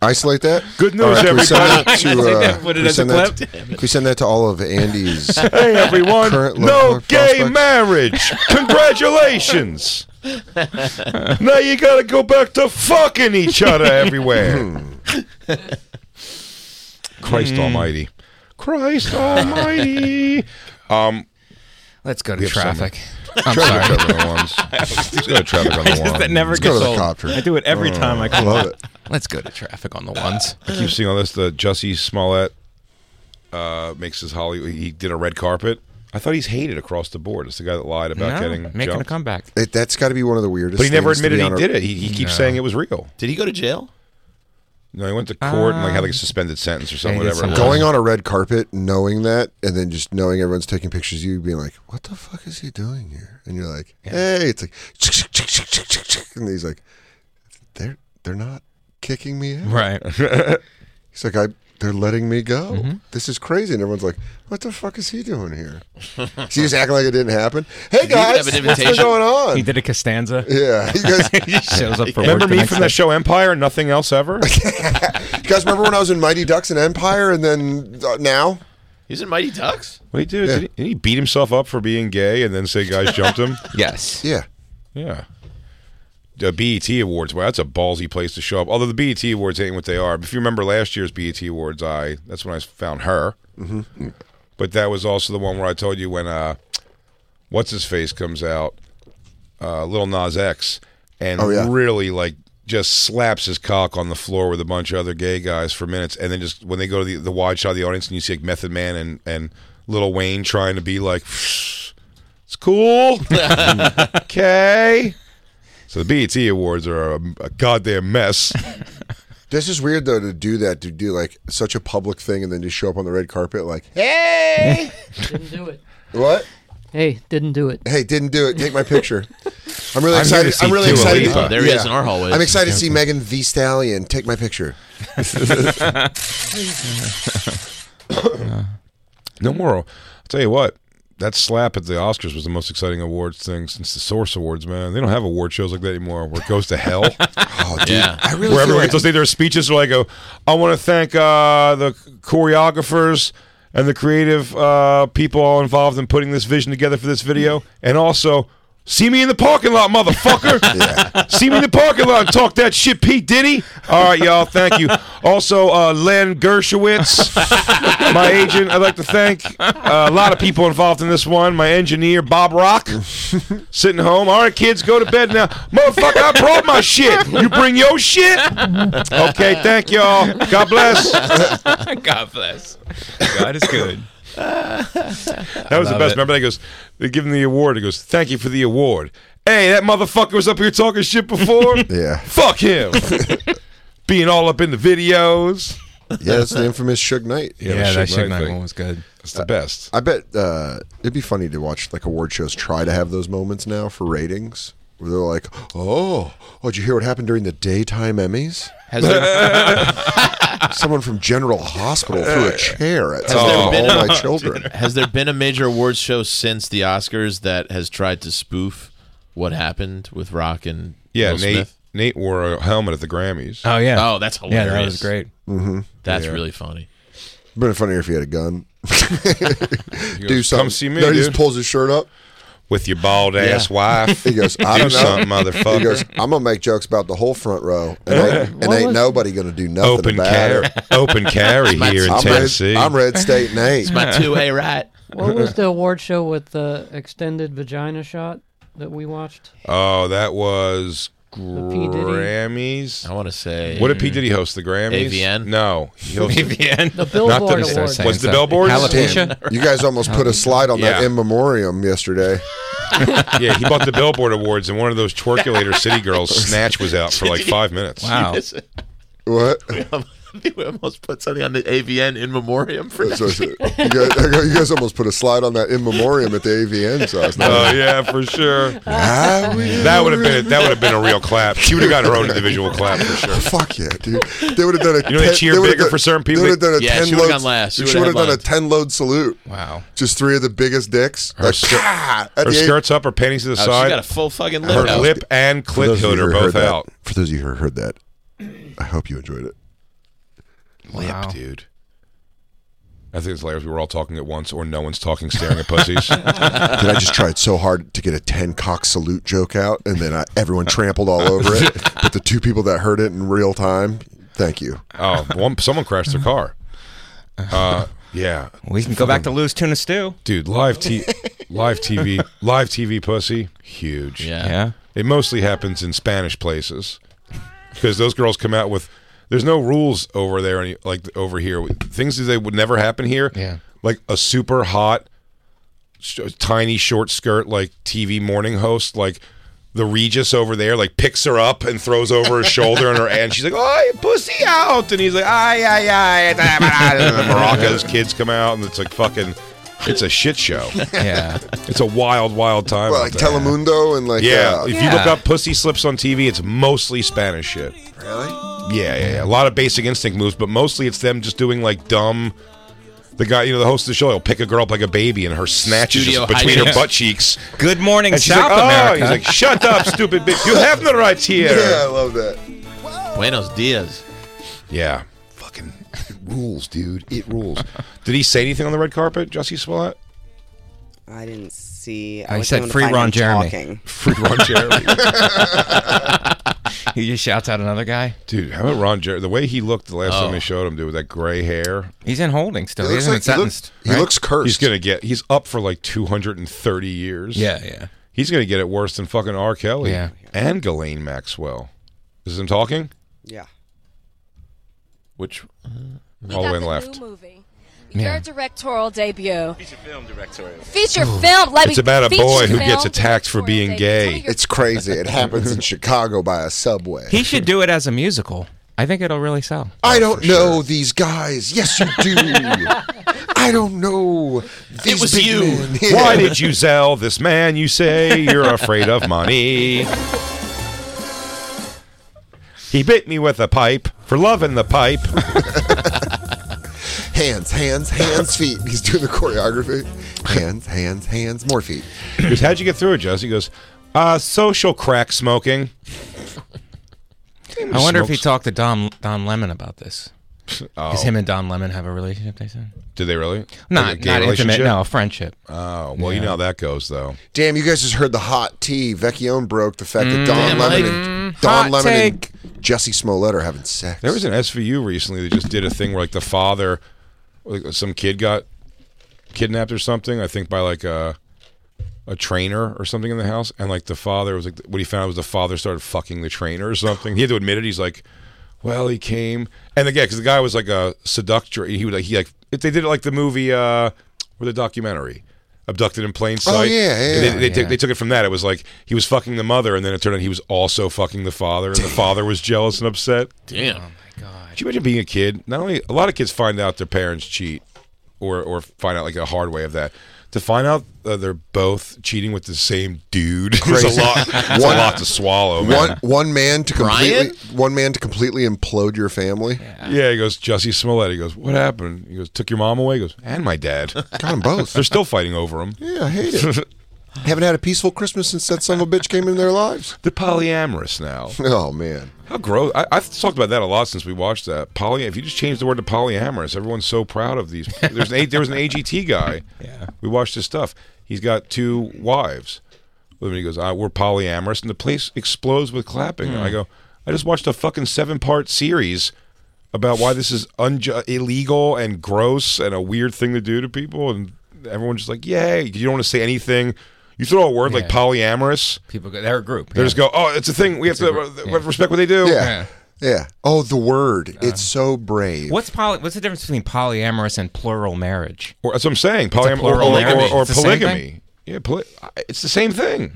E: Isolate that.
D: Good news,
E: All can we send
D: everybody.
E: that to, uh,
H: that, put it
E: can we
H: as a
E: send that to- can we send that to all of Andy's?
D: Hey everyone,
E: Current lo-
D: no
E: lo-
D: gay
E: prospects.
D: marriage. Congratulations.
H: Hmm.
D: now you gotta go back to fucking each other everywhere. Christ
F: Mm.
D: Almighty. Christ Almighty. Um,
H: Let's go to
D: we have so
H: traffic.
D: many-
H: I'm
D: Traffic, traffic
H: sorry.
D: on the ones. Let's go to traffic on the
H: I just-
D: ones.
H: that never
D: Let's go
H: gets
D: to the
H: old.
D: copter.
H: I do it every time I come
D: love
H: up.
D: it.
H: Let's go to traffic on the ones.
D: I keep seeing all this. The Jussie Smollett uh, makes his Hollywood. He did a red carpet. I thought he's hated across the board. It's the guy that lied about
H: No,
D: getting
H: making a
D: jumped.
H: comeback.
E: It, that's got to be one of the weirdest.
D: But he never
E: things to be
D: admitted he
E: on a-
D: did it. He, he keeps
H: No.
D: saying it was real.
F: Did he go to jail?
D: No, he went to court and like had like
H: Um,
D: a suspended sentence or
H: he
D: something.
H: did
D: Whatever. it was.
F: Uh-huh.
H: something.
E: Going on a red carpet, knowing that, and then just knowing everyone's taking pictures of you, being like, "What the fuck is he doing here?" And you're like, "Hey," it's like, and he's like, "They're they're not kicking me out."
H: Right.
E: He's like, "I." They're letting me go.
F: Mm-hmm.
E: This is crazy. And everyone's like, what the fuck is he doing here? She's just acting like it didn't happen. Hey,
F: Did you have
E: guys,
F: an
E: what's been
F: invitation?
E: going on?
H: He did a Costanza.
E: Yeah. You guys,
H: he shows up for
D: Remember
H: work the
D: me
H: next
D: from
H: day.
D: that show Empire and nothing else ever?
E: you guys remember when I was in Mighty Ducks and Empire and then uh, now?
F: He's in Mighty Ducks.
D: What he did?
E: Yeah.
D: Did he, didn't he beat himself up for being gay and then say guys jumped him?
H: Yes.
E: Yeah.
D: Yeah. The BET E Awards. Wow, that's a ballsy place to show up. Although the BET Awards ain't what they are. But if you remember last year's BET Awards, I that's when I found her. Mm-hmm. But that was also the one where I told you when uh, what's his face comes out, uh, Little Nas X, and
E: Oh, yeah.
D: really like just slaps his cock on the floor with a bunch of other gay guys for minutes, and then just when they go to the, the wide shot of the audience and you see like Method Man and and Little Wayne trying to be like, it's cool, okay. So the BET Awards are a, a goddamn mess.
E: This is weird though to do that to do like such a public thing and then just show up on the red carpet like, hey,
G: Didn't do it.
E: what?
G: Hey, didn't do it.
E: Hey, didn't do it. Take my picture. I'm really
D: I'm here to
E: excited.
D: see
E: I'm really
D: Dua
E: excited.
D: Lipa.
F: There he is in our hallways.
E: I'm excited to see Megan the Stallion. Take my picture.
D: No more. I'll tell you what. That slap at the Oscars was the most exciting awards thing since the Source Awards, man. They don't have award shows like that anymore where it goes to hell.
E: Oh, dude.
F: Yeah.
E: I really
D: where
E: feel
D: everyone
E: like,
D: does their speeches where I go, I want to thank uh, the choreographers and the creative uh, people all involved in putting this vision together for this video. And also, see me in the parking lot, motherfucker. See me in the parking lot and talk that shit, Pete Diddy. All right, y'all. Thank you. Also, uh, Len Gershowitz, my agent. I'd like to thank uh, a lot of people involved in this one. My engineer, Bob Rock, sitting home. All right, kids, go to bed now. Motherfucker, I brought my shit. You bring your shit? Okay, thank y'all. God bless. That
F: God bless.
H: God is good.
D: was the best. Remember that goes, they give him the award. He goes, thank you for the award. Hey, that motherfucker was up here talking shit before.
E: Yeah.
D: Fuck him. Being all up in the videos.
E: yeah, that's the infamous Suge Knight.
H: Yeah,
D: the Suge
H: that shit
D: Knight
H: night
D: thing.
H: one was good.
D: It's the best.
E: I bet uh, it'd be funny to watch like award shows try to have those moments now for ratings where they're like, oh, oh, did you hear what happened during the daytime Emmys?
F: Has there,
E: Someone from General Hospital threw a chair at
F: there
E: all
F: been
E: my
F: a-
E: children.
F: has there been a major awards show since the Oscars that has tried to spoof what happened with Rock and
D: Yeah,
F: Will
D: Nate.
F: Smith?
D: Nate wore a helmet at the Grammys.
H: Oh yeah.
F: Oh, that's
H: yeah,
F: hilarious.
H: that was great.
F: That's really funny.
E: Been funnier if he had a gun.
D: He
E: Do
D: goes,
E: something.
D: Come see me,
E: No, he
D: dude.
E: just pulls his shirt up.
D: With your bald ass wife.
E: He goes, I
D: do
E: don't know.
D: something, motherfucker.
E: He goes, I'm gonna make jokes about the whole front row, and ain't, and ain't
G: was-
E: nobody gonna do nothing
D: open
E: about
D: carry,
E: it.
D: open carry here in
E: I'm red,
D: Tennessee.
E: I'm red state Nate.
F: My two A right.
G: What was the award show with the extended vagina shot that we watched?
D: Oh, that was
G: P. Diddy. Oh,
D: Grammys.
F: I want to say
D: What did P Diddy host? The Grammys?
F: AVN?
D: No, he hosted-
G: The Billboard
D: Please
G: Award.
D: saying- Was the billboards?
H: Alopecia?
E: You guys almost put a slide on that
D: Yeah.
E: in memoriam yesterday.
D: yeah, he bought the Billboard Awards, and one of those twerculator city girls snatch was out for like five minutes.
H: Wow.
E: What?
F: I think we almost put something on the AVN in memoriam for
E: That's what I said. you, guys, I go, "You guys almost put a slide on that in memoriam at the AVN last
D: Oh
E: night.
D: yeah, for sure.
E: I will
D: That would have been that would have been a real clap. She would have got her own individual clap for sure.
E: Fuck yeah, dude! They would have done a.
D: You know they
E: ten-
D: cheer
E: would've
D: bigger
E: done-
D: for certain people.
E: They would have done a
F: Yeah,
E: ten
F: she would've
E: load.
F: gone last. She
E: She
F: would've
E: would have done a
F: headlined.
E: ten load salute.
H: Wow.
E: Just three of the biggest dicks.
D: Her,
E: like,
D: skirt,
E: "Pah!" at
D: her
E: the A-
D: skirts up, her panties to the
F: Oh, she got a
D: side,
F: full fucking lip.
D: her
F: out.
D: lip and
E: For
D: clit
E: those of
D: hood
E: you
D: are
E: who heard
D: both
E: that-
D: out.
E: For those of you who heard that, I hope you enjoyed it.
H: Wow.
D: Lip, dude. I think it's hilarious. We were all talking at once, or no one's talking, staring at pussies.
E: Did I just tried so hard to get a ten cock salute joke out, and then I, everyone trampled all over it. But the two people that heard it in real time, thank you.
D: oh, one, someone crashed their car. Uh, yeah,
H: we can go back to Lou's tuna stew,
D: dude. Live t- live TV, live TV, pussy, huge.
F: Yeah. Yeah.
D: It mostly happens in Spanish places because those girls come out with. There's no rules over there, any, like over here. Things that they would never happen here.
H: Yeah.
D: Like a super hot, sh- tiny short skirt, like TV morning host, like the Regis over there, like picks her up and throws over her shoulder and her, and she's like, "Oh, pussy out!" And he's like, "Ay, ay, ay!" And the Morocco's kids come out, and it's like fucking. It's a shit show.
H: Yeah.
D: It's a wild, wild time.
E: Well,
D: out
E: like
D: there.
E: Telemundo and like
D: yeah,
E: uh,
D: if you look up pussy slips on TV, it's mostly Spanish shit.
E: really,
D: Yeah, yeah, yeah. A lot of basic instinct moves, but mostly it's them just doing like dumb. The guy, you know, the host of the show, he'll pick a girl up like a baby, and her snatch is
F: Studio
D: just between her
F: hijinks.
D: butt cheeks.
H: Good morning,
D: And she's
H: South
D: like, "Oh,"
H: America.
D: He's like, "Shut up, stupid bitch! You have no rights here."
E: yeah, I love that.
F: Buenos dias.
D: Yeah. Fucking it rules, dude. It rules. Did he say anything on the red carpet, Jussie Smollett?
I: I didn't see.
H: I
I: was
H: said
I: able to
H: free
I: find
H: Ron
I: him
H: Jeremy.
I: Talking.
D: Free Ron Jeremy.
H: he just shouts out another guy. Oh.
D: dude, how about Ron Jeremy? The way he looked the last time they showed him, dude, with that gray hair.
H: He's in holding still. He,
E: looks
H: isn't
E: like- he
H: sentenced.
E: look- he
H: right?
E: looks cursed.
D: He's gonna get he's up for like two hundred and thirty years.
H: Yeah, yeah.
D: He's gonna get it worse than fucking R. Kelly.
H: Yeah.
D: And Ghislaine Maxwell. Is this him talking?
I: Yeah.
D: Which uh,
N: We
D: all the
N: got
D: way
N: the
D: left.
N: New movie.
H: Yeah.
N: Your directorial debut. Feature film directorial. Feature film. Let
D: It's
N: me-
D: about a
N: feature
D: boy who
N: film.
D: gets attacked for being gay.
E: It's crazy. It happens in Chicago by a subway.
H: He should do it as a musical. I think it'll really sell.
E: I don't know these guys. Yes, you do. I don't know. These
F: was
E: big
F: you.
E: men. Yeah.
D: Why did you sell this man? You say you're afraid of money. He bit me with a pipe for loving the pipe.
E: hands, hands, hands, feet? He's doing the choreography. Hands, hands, hands, more feet.
D: Because how'd you get through it, Jesse? He goes, uh, social crack smoking.
H: I wonder if he
D: Smokes.
H: talked to Dom Don Lemon about this.
D: Oh,
H: Because him and Don Lemon have a relationship, they said?
D: do they really? Like
H: Not,
D: a gay
H: not intimate,
D: relationship?
H: no, a friendship.
D: Oh, well, you know how that goes, though.
E: Damn, you guys just heard the hot tea. Vecchione broke the fact that Don
F: Damn
E: Lemon
F: right.
E: and
H: Hot
E: Don Lemon and Jesse Smollett are having sex.
D: There was an SVU recently that just did a thing where, like, the father, like, some kid got kidnapped or something, I think by, like, a, a trainer or something in the house. And, like, the father was like, what he found was the father started fucking the trainer or something. He had to admit it. He's like, well, he came. And, again, because the guy was, like, a seductor. He would, like, he, like, if they did it like the movie, uh, or the documentary. Abducted in plain sight.
E: Oh, yeah, yeah,
D: They-
E: yeah.
D: they, they took, they took it from that. It was like he was fucking the mother, and then it turned out he was also fucking the father, and the father was jealous and upset.
F: Damn.
D: Could you imagine being a kid? Not only a lot of kids find out their parents cheat, or or find out like a hard way of that. To find out that they're both cheating with the same dude is a lot. It's a
E: One-
D: lot to swallow, Oh, man.
E: one one man to completely
F: Brian?
E: one man to completely implode your family.
D: Yeah, he goes, Jesse Smollett. He goes, what happened? He goes, took your mom away. He goes, and my dad.
E: Got 'em both.
D: They're still fighting over him.
E: Yeah, I hate it. Haven't had a peaceful Christmas since that son of a bitch came into their lives.
D: They're polyamorous now.
E: Oh man.
D: How gross! I, I've talked about that a lot since we watched that poly. If you just change the word to polyamorous, everyone's so proud of these. There's an, A- there was an AGT guy. Yeah, we watched his stuff. He's got two wives. And he goes, ah, "We're polyamorous," and the place explodes with clapping. And I go, "I just watched a fucking seven-part series about why this is unju- illegal and gross and a weird thing to do to people." And everyone's just like, "Yay!" You don't want to say anything. You throw a word like polyamorous.
H: People go, they're a group.
D: They just go, "Oh, it's a thing. We have to uh, respect what they do."
E: Yeah. Yeah. Oh, the word. It's so brave.
H: What's poly? What's the difference between polyamorous and plural marriage?
D: Or that's what I'm saying. Polyamory or,
H: plural
D: or,
H: marriage.
D: or, or
H: It's the same
D: polygamy. Yeah, poly- I- it's the same thing.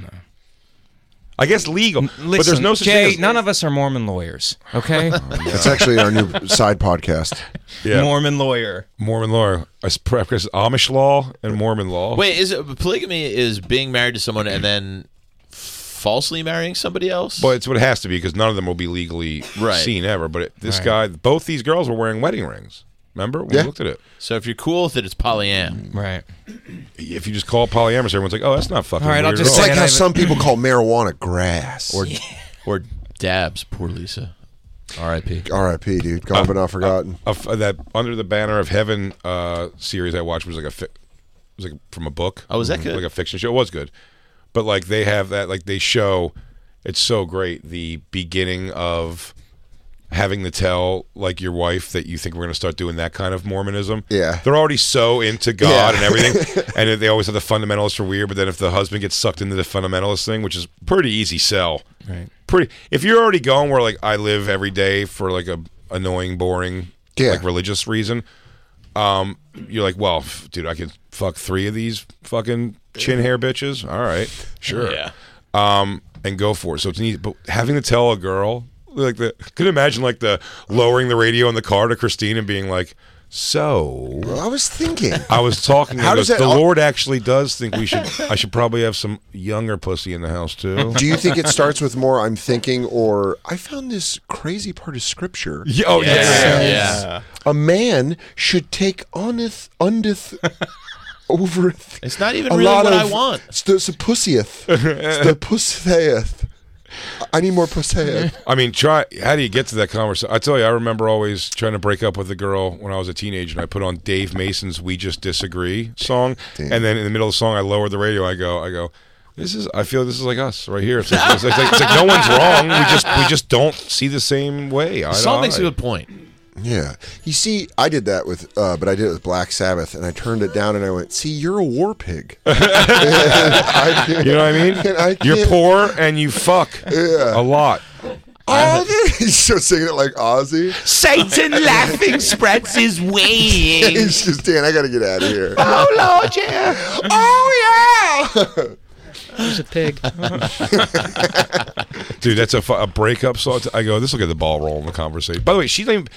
D: I guess legal, Um, but there's
H: Listen,
D: no such
H: Jay,
D: thing. As, Um,
H: none of us are Mormon lawyers, okay?
E: That's actually our new side podcast.
D: yeah.
H: Mormon lawyer.
D: Mormon law. I s- practice Amish law and Mormon law.
F: Wait, is it polygamy is being married to someone and then falsely marrying somebody else?
D: but it's what it has to be because none of them will be legally
F: Right.
D: seen ever. But it, this
H: Right.
D: guy, both these girls were wearing wedding rings. Remember, we
E: Yeah.
D: looked at it.
F: so if you're cool with it, it's polyam.
H: Right.
D: If you just call it polyamorous, everyone's like, "Oh, that's not fucking
H: All right,
D: weird
H: I'll
D: at
H: just
E: It's
D: all."
E: like
H: And
E: how
H: I've-
E: some people call marijuana grass. Or
F: Or dabs, poor Lisa. R.I.P.
E: R.I.P. Dude, gone but not forgotten.
D: a f- that under the banner of heaven uh, series I watched was like a fi- was like from a book. Mm-hmm.
F: Oh, was that good?
D: Like a fiction show. It was good, but like they have that like they show it's so great the beginning of having to tell like your wife that you think we're going to start doing that kind of Mormonism.
E: Yeah.
D: They're already so into God
E: Yeah.
D: and everything, and they always have the fundamentalists are weird. But then if the husband gets sucked into the fundamentalist thing, which is pretty easy sell,
H: Right.
D: Pretty. If you're already going where like I live every day for like a annoying, boring,
E: Yeah.
D: like religious reason, um, you're like, well, f- dude, I could fuck three of these fucking chin hair bitches. All right, sure,
F: Yeah.
D: um, and go for it. So it's neat, but having to tell a girl like the could you imagine like the lowering the radio in the car to Christine and being like. So
E: Well, I was thinking.
D: I was talking.
E: How
D: How
E: does that
D: the
E: al-
D: Lord actually does think we should? I should probably have some younger pussy in the house too.
E: Do you think it starts with more I'm thinking or I found this crazy part of scripture?
D: Yeah, oh,
E: that
D: yeah, yeah, yeah.
E: says A man should take oneth undeth overeth.
F: It's not even
E: a
F: really
E: lot
F: what I
E: of-
F: want.
E: It's the, it's the pussieth. It's the pusseeth. I need more pusseeth.
D: I mean, try. How do you get to that conversation? I tell you, I remember always trying to break up with a girl when I was a teenager, and I put on Dave Mason's "We Just Disagree" song, and then in the middle of the song, I lowered the radio. I go, I go. This is. I feel this is like us right here. It's like, it's like- it's like no one's wrong. We just we just don't see the same way. eye to
F: Saul makes
D: eye.
F: a good point.
E: Yeah. You see, I did that with, uh, but I did it with Black Sabbath, and I turned it down and I went, see, you're a war pig. And I
D: You
E: can't-
D: know what I mean?
E: and I
D: You're
E: can't-
D: poor and you fuck a lot.
E: Oh, he's just singing it like Ozzy.
O: Satan laughing spreads his wings.
E: He's just, Dan, I got to get out of here.
O: Oh Lord, yeah. Oh yeah.
G: He's a pig.
D: Dude, that's a, fu- a breakup song. I go, this will get the ball rolling the conversation. By the way, she's not even.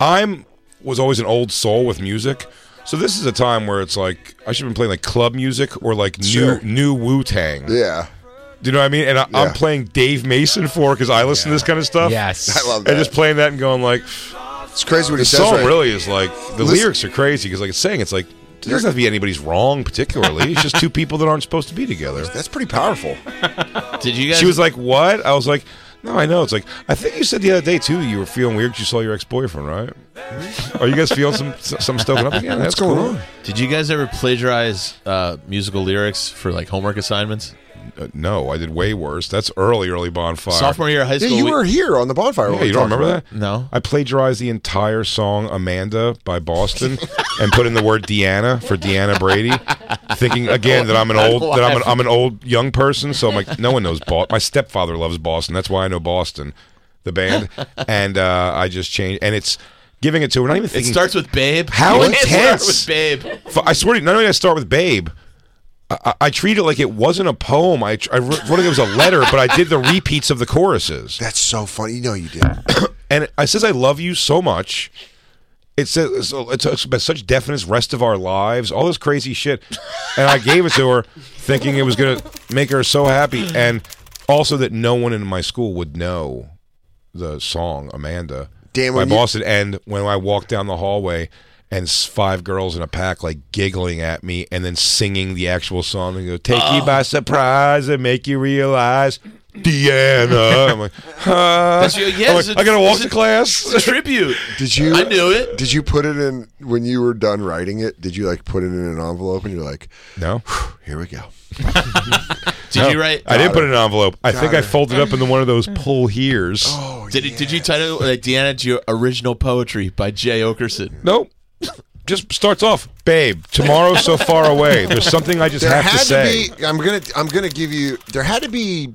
D: I'm was always an old soul with music, so this is a time where it's like I should have been playing like club music or like
E: Sure.
D: new new Wu Tang.
E: Yeah.
D: Do you know what I mean? And I,
E: Yeah.
D: I'm playing Dave Mason for because I listen to this kind of stuff.
H: Yes.
E: I love that.
D: and just playing that and going like,
E: It's crazy what
D: the
E: he says.
D: song
E: right?
D: really is like the
E: Listen-
D: lyrics are crazy because like it's saying it's like it doesn't have to be anybody's wrong particularly. it's just two people that aren't supposed to be together.
E: That's pretty powerful.
F: Did you guys?
D: She was like, "What?" I was like, "No, I know." It's like I think you said the other day too. You were feeling weird. 'cause You saw your ex boyfriend, right? Are you guys feeling some some stoking up again? That's cool.
F: Did you guys ever plagiarize uh, musical lyrics for like homework assignments?
D: Uh, no, I did way worse. That's early, early bonfire.
F: Sophomore year of high
E: Yeah,
F: school.
E: you
F: we-
E: were here on the bonfire. when
F: Oh,
D: Yeah,
E: we
D: you don't
E: talked
D: remember
E: about
D: that?
F: No.
D: I plagiarized the entire song "Amanda" by Boston and put in the word "Deanna" for Deanna Brady, thinking again that I'm an old that I'm an, I'm an old young person. So I'm like, no one knows Boston. My stepfather loves Boston. That's why I know Boston, the band. And uh, I just changed, and it's giving it to her. Not even
F: It
D: thinking.
F: starts with babe.
D: How
F: It starts
D: intense.
F: with babe.
D: F- I swear to you, not only did I start with Babe, I, I, I treat it like it wasn't a poem. I, tr- I wrote wrote it was a letter, but I did the repeats of the choruses.
E: That's so funny. You know you did.
D: And I says, I love you so much. It says it's, it's, about such definite rest of our lives, all this crazy shit. And I gave it to her thinking it was going to make her so happy. And also that no one in my school would know the song Amanda
E: Dan,
D: by
E: when you-
D: Boston. And when I walked down the hallway and s- five girls in a pack like giggling at me and then singing the actual song and go, Take
E: Oh.
D: you by surprise and make you realize. Deanna, I'm like, huh?
F: That's your-
D: I'm
F: yes,
D: like,
F: it's-
D: I gotta walk
F: it's
D: to
F: a-
D: class.
F: It's a tribute.
E: Did you?
F: I knew it.
E: Did you put it in when you were done writing it? Did you like put it in an envelope and you're like,
D: No,
E: here we go.
F: Did
D: No,
F: you write?
D: I didn't put it in an envelope. I think I
E: it.
D: folded up into one of those pull here's.
F: oh, Did, it, did you title it like, Deanna to your original poetry by Jay Okerson?
D: Nope. Just starts off, babe. Tomorrow's so far away. There's something I just
E: There
D: have
E: had
D: to
E: to,
D: say.
E: be. I'm gonna. I'm gonna give you. There had to be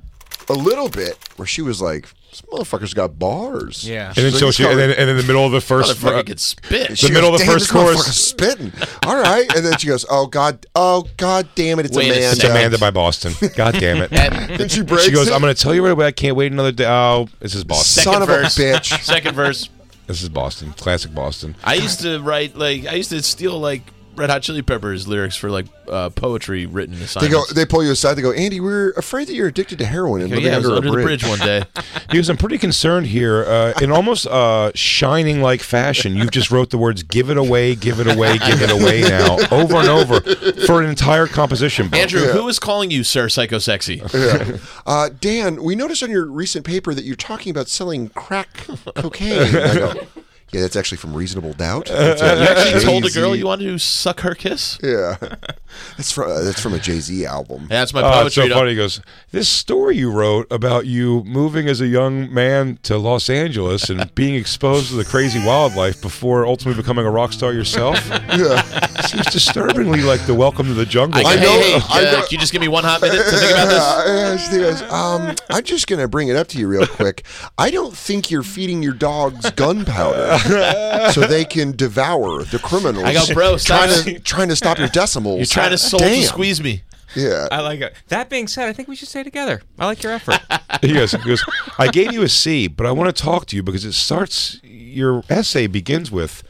E: a little bit where she was like, "This motherfucker's got bars."
H: Yeah.
D: and then so she, and then, and in the middle of the first,
F: Motherfucker could spit.
E: She
D: the middle
E: goes,
D: of the
E: "Damn,
D: first
E: this
D: chorus,
E: motherfucker's spitting. All right, and then she goes, "Oh God, oh God, damn it, it's
F: Wait a
E: Amanda."
D: it's Amanda by Boston. God damn it.
E: And she breaks
D: She goes,
E: it.
D: I'm going to tell you right away. I can't wait another day. Oh, this is Boston.
E: Son
F: Second
E: of
F: verse.
E: a bitch.
F: Second verse.
D: This is Boston. Classic Boston.
F: I used to write like I used to steal like Red Hot Chili Peppers lyrics for like uh, poetry written
E: They go.
F: assignments.
E: They pull you aside. They go, Andy, we're afraid that you're addicted to heroin and
F: Yeah,
E: living
F: I was
E: under, a
F: under the bridge one day.
D: He goes, I'm pretty concerned here. Uh, in almost uh, shining like fashion, you've just wrote the words "give it away, give it away, give it away" now over and over for an entire composition. Book.
F: Andrew, who is calling you, sir? Psycho sexy.
E: Uh, Dan, we noticed on your recent paper that you're talking about selling crack cocaine. I go, Yeah, that's actually from Reasonable Doubt.
F: you actually told a girl you wanted to suck her kiss.
E: Yeah, that's from uh, that's from a Jay Z album.
F: that's my
D: Oh, it's
F: poetry.
D: so funny. He goes, "This story you wrote about you moving as a young man to Los Angeles and being exposed to the crazy wildlife before ultimately becoming a rock star yourself yeah. seems disturbingly like the welcome to the jungle."
F: I, know. Hey, hey, uh, can you just give me one hot minute to think about this?
E: Yeah, yes, yes. Um, I'm just gonna bring it up to you real quick. I don't think you're feeding your dogs gunpowder so they can devour the criminals.
F: I go, "Bro, stop."
E: trying to trying to stop your decimals.
F: You're trying to soul
E: Damn.
F: to squeeze me.
E: Yeah.
H: I like it. That being said, I think we should stay together. I like your effort.
D: He goes, he goes, I gave you a C, but I want to talk to you because it starts, your essay begins with,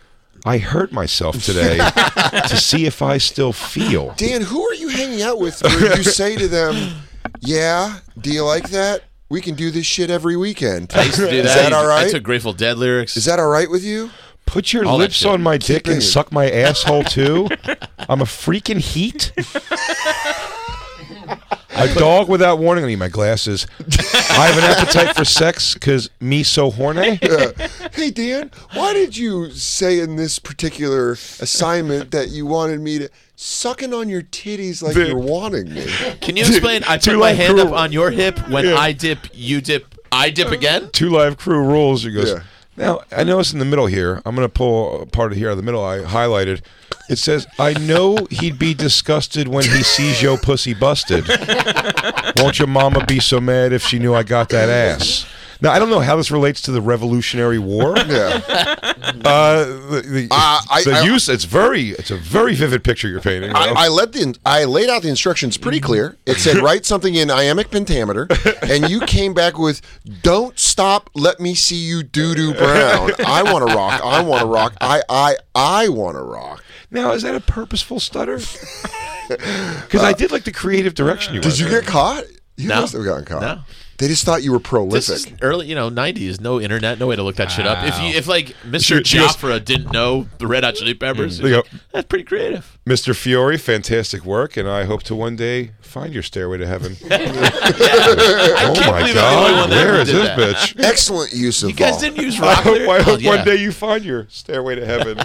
D: I hurt myself today to see if I still feel.
E: Dan, who are you hanging out with where you say to them, Yeah, do you like that? We can do this shit every weekend.
F: I used to do that.
E: Is that all
F: I
E: right?
F: took Grateful Dead lyrics.
E: Is that all right with you?
D: Put your
F: All that
D: lips
F: shit.
D: on my dick and
E: it.
D: suck my asshole too. I'm a freaking heat. A dog without warning. I need my glasses. I have an appetite for sex because me so horny.
E: Uh, Hey, Dan, why did you say in this particular assignment that you wanted me to sucking on your titties like you're wanting me?
F: Can you explain? I put my hand up on your hip when I dip, you dip, I dip again.
D: Two live crew rules. He goes.
E: Yeah.
D: Now I know it's in the middle here. I'm going to pull a part of here out of the middle. I highlighted. It says, "I know he'd be disgusted when he sees yo pussy busted. Won't your mama be so mad if she knew I got that ass?" Now I don't know how this relates to the Revolutionary War.
E: Yeah.
D: Uh, the the,
E: Uh, I-
D: the
E: I-
D: use. It's very. It's a very vivid picture you're painting. though.
E: I, I let the I laid out the instructions pretty clear. It said write something in iambic pentameter, and you came back with "Don't stop, let me see you doo doo brown." I want to rock. I want to rock. I I I want to rock.
D: now is that a purposeful stutter? Because I did like the creative direction you.
E: Uh, Did
D: went
E: you
D: in.
E: get caught? You
F: No.
E: must have gotten caught.
F: No.
E: They just thought you were prolific.
F: This is early, you know, '90s. No internet, no way to look that shit up. If you, if like Mr.
D: She- Mm. she goes-
F: Joffra didn't know the Red Hot Chili Peppers,
D: There you go.
F: that's pretty creative.
D: Mr. Fiore, fantastic work, and I hope to one day find your stairway to heaven. oh my
F: believe I'm the only
D: God,
F: one that
D: where
F: ever
D: is
F: did
D: this
F: that.
D: bitch?
E: Excellent use of
F: You guys
E: all.
F: didn't use Oh,
D: I
F: rock.
D: hope, I
F: lyrics?
D: hope
F: yeah.
D: one day you find your stairway to heaven.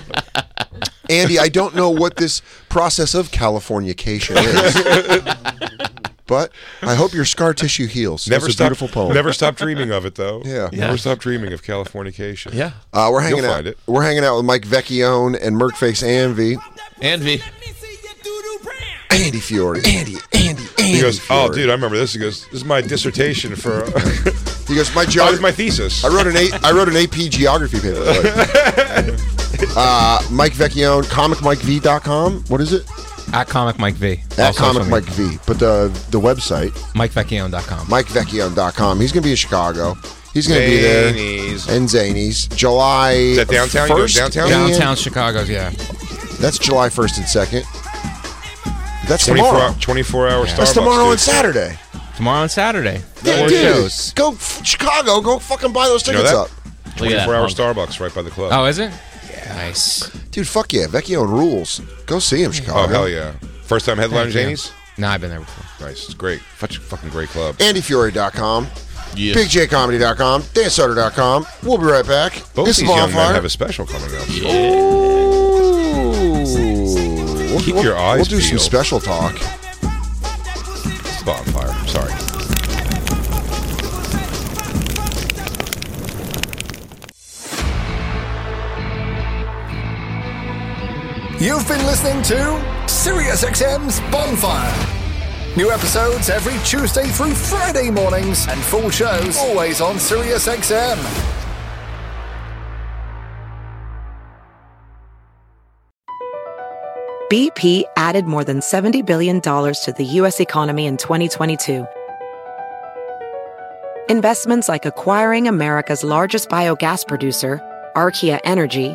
E: Andy, I don't know what this process of Californication is. But I hope your scar tissue heals.
D: never
E: That's
D: stop,
E: a beautiful poem.
D: Never stop dreaming of it, though.
E: Yeah.
D: Never stop dreaming of Californication.
F: Yeah,
E: Uh, we're hanging
D: You'll
E: out.
D: find it.
E: We're hanging out with Mike Vecchione and Merkface Anvy.
F: envy.
E: Andy Fiore. Andy, Andy, Andy.
D: He goes, oh,
E: Fiore."
D: dude, I remember this. He goes, this is my dissertation for.
E: He goes, my
D: Oh,
E: job.
D: it's my thesis.
E: I wrote an a- I wrote an AP geography paper. uh, Mike Vecchione, comicmikev.com. What is it?
H: At Comic Mike V. All
E: At
H: social
E: Comic Mike
H: media.
E: V. But the the website,
H: MikeVecchione.com.
E: MikeVecchione.com. He's going to be in Chicago. He's going to be there.
D: Zanies.
E: And Zanies. July.
D: Is that downtown? You going
E: 1st
D: downtown?
E: and-
H: Downtown Chicago's, yeah.
E: That's July 1st and 2nd. That's
D: 24,
E: tomorrow.
D: hour, 24 hour Starbucks.
E: That's tomorrow
D: dude.
E: and Saturday.
H: Tomorrow and Saturday. Four
E: Dude,
H: shows.
E: Go f- Chicago. Go fucking buy those
D: You know
E: tickets
D: that?
E: up.
F: Look at
D: 24
F: that
D: hour
F: punk.
D: Starbucks right by the club.
H: Oh, is it? Nice.
E: Dude, fuck yeah. Vecchio rules. Go see him, Chicago.
D: Oh, hell yeah. First time headline,
H: Thank you.
D: Janies?
H: No, I've been there before.
D: Nice. It's great. Such a fucking great club.
E: AndyFury.com.
F: Yeah.
E: BigJComedy.com. DanSutter.com. We'll be right back.
D: Both
E: this
D: these
E: is
D: young men
E: Bonfire.
D: have a special coming up.
E: Ooh.
D: Keep
E: We'll-
D: your eyes
E: We'll do some
D: peeled.
E: special talk.
D: It's Bonfire. Sorry.
P: You've been listening to SiriusXM's Bonfire. New episodes every Tuesday through Friday mornings, and full shows always on SiriusXM.
Q: BP added more than $70 billion to the U.S. economy in 2022. Investments like acquiring America's largest biogas producer, Archaea Energy,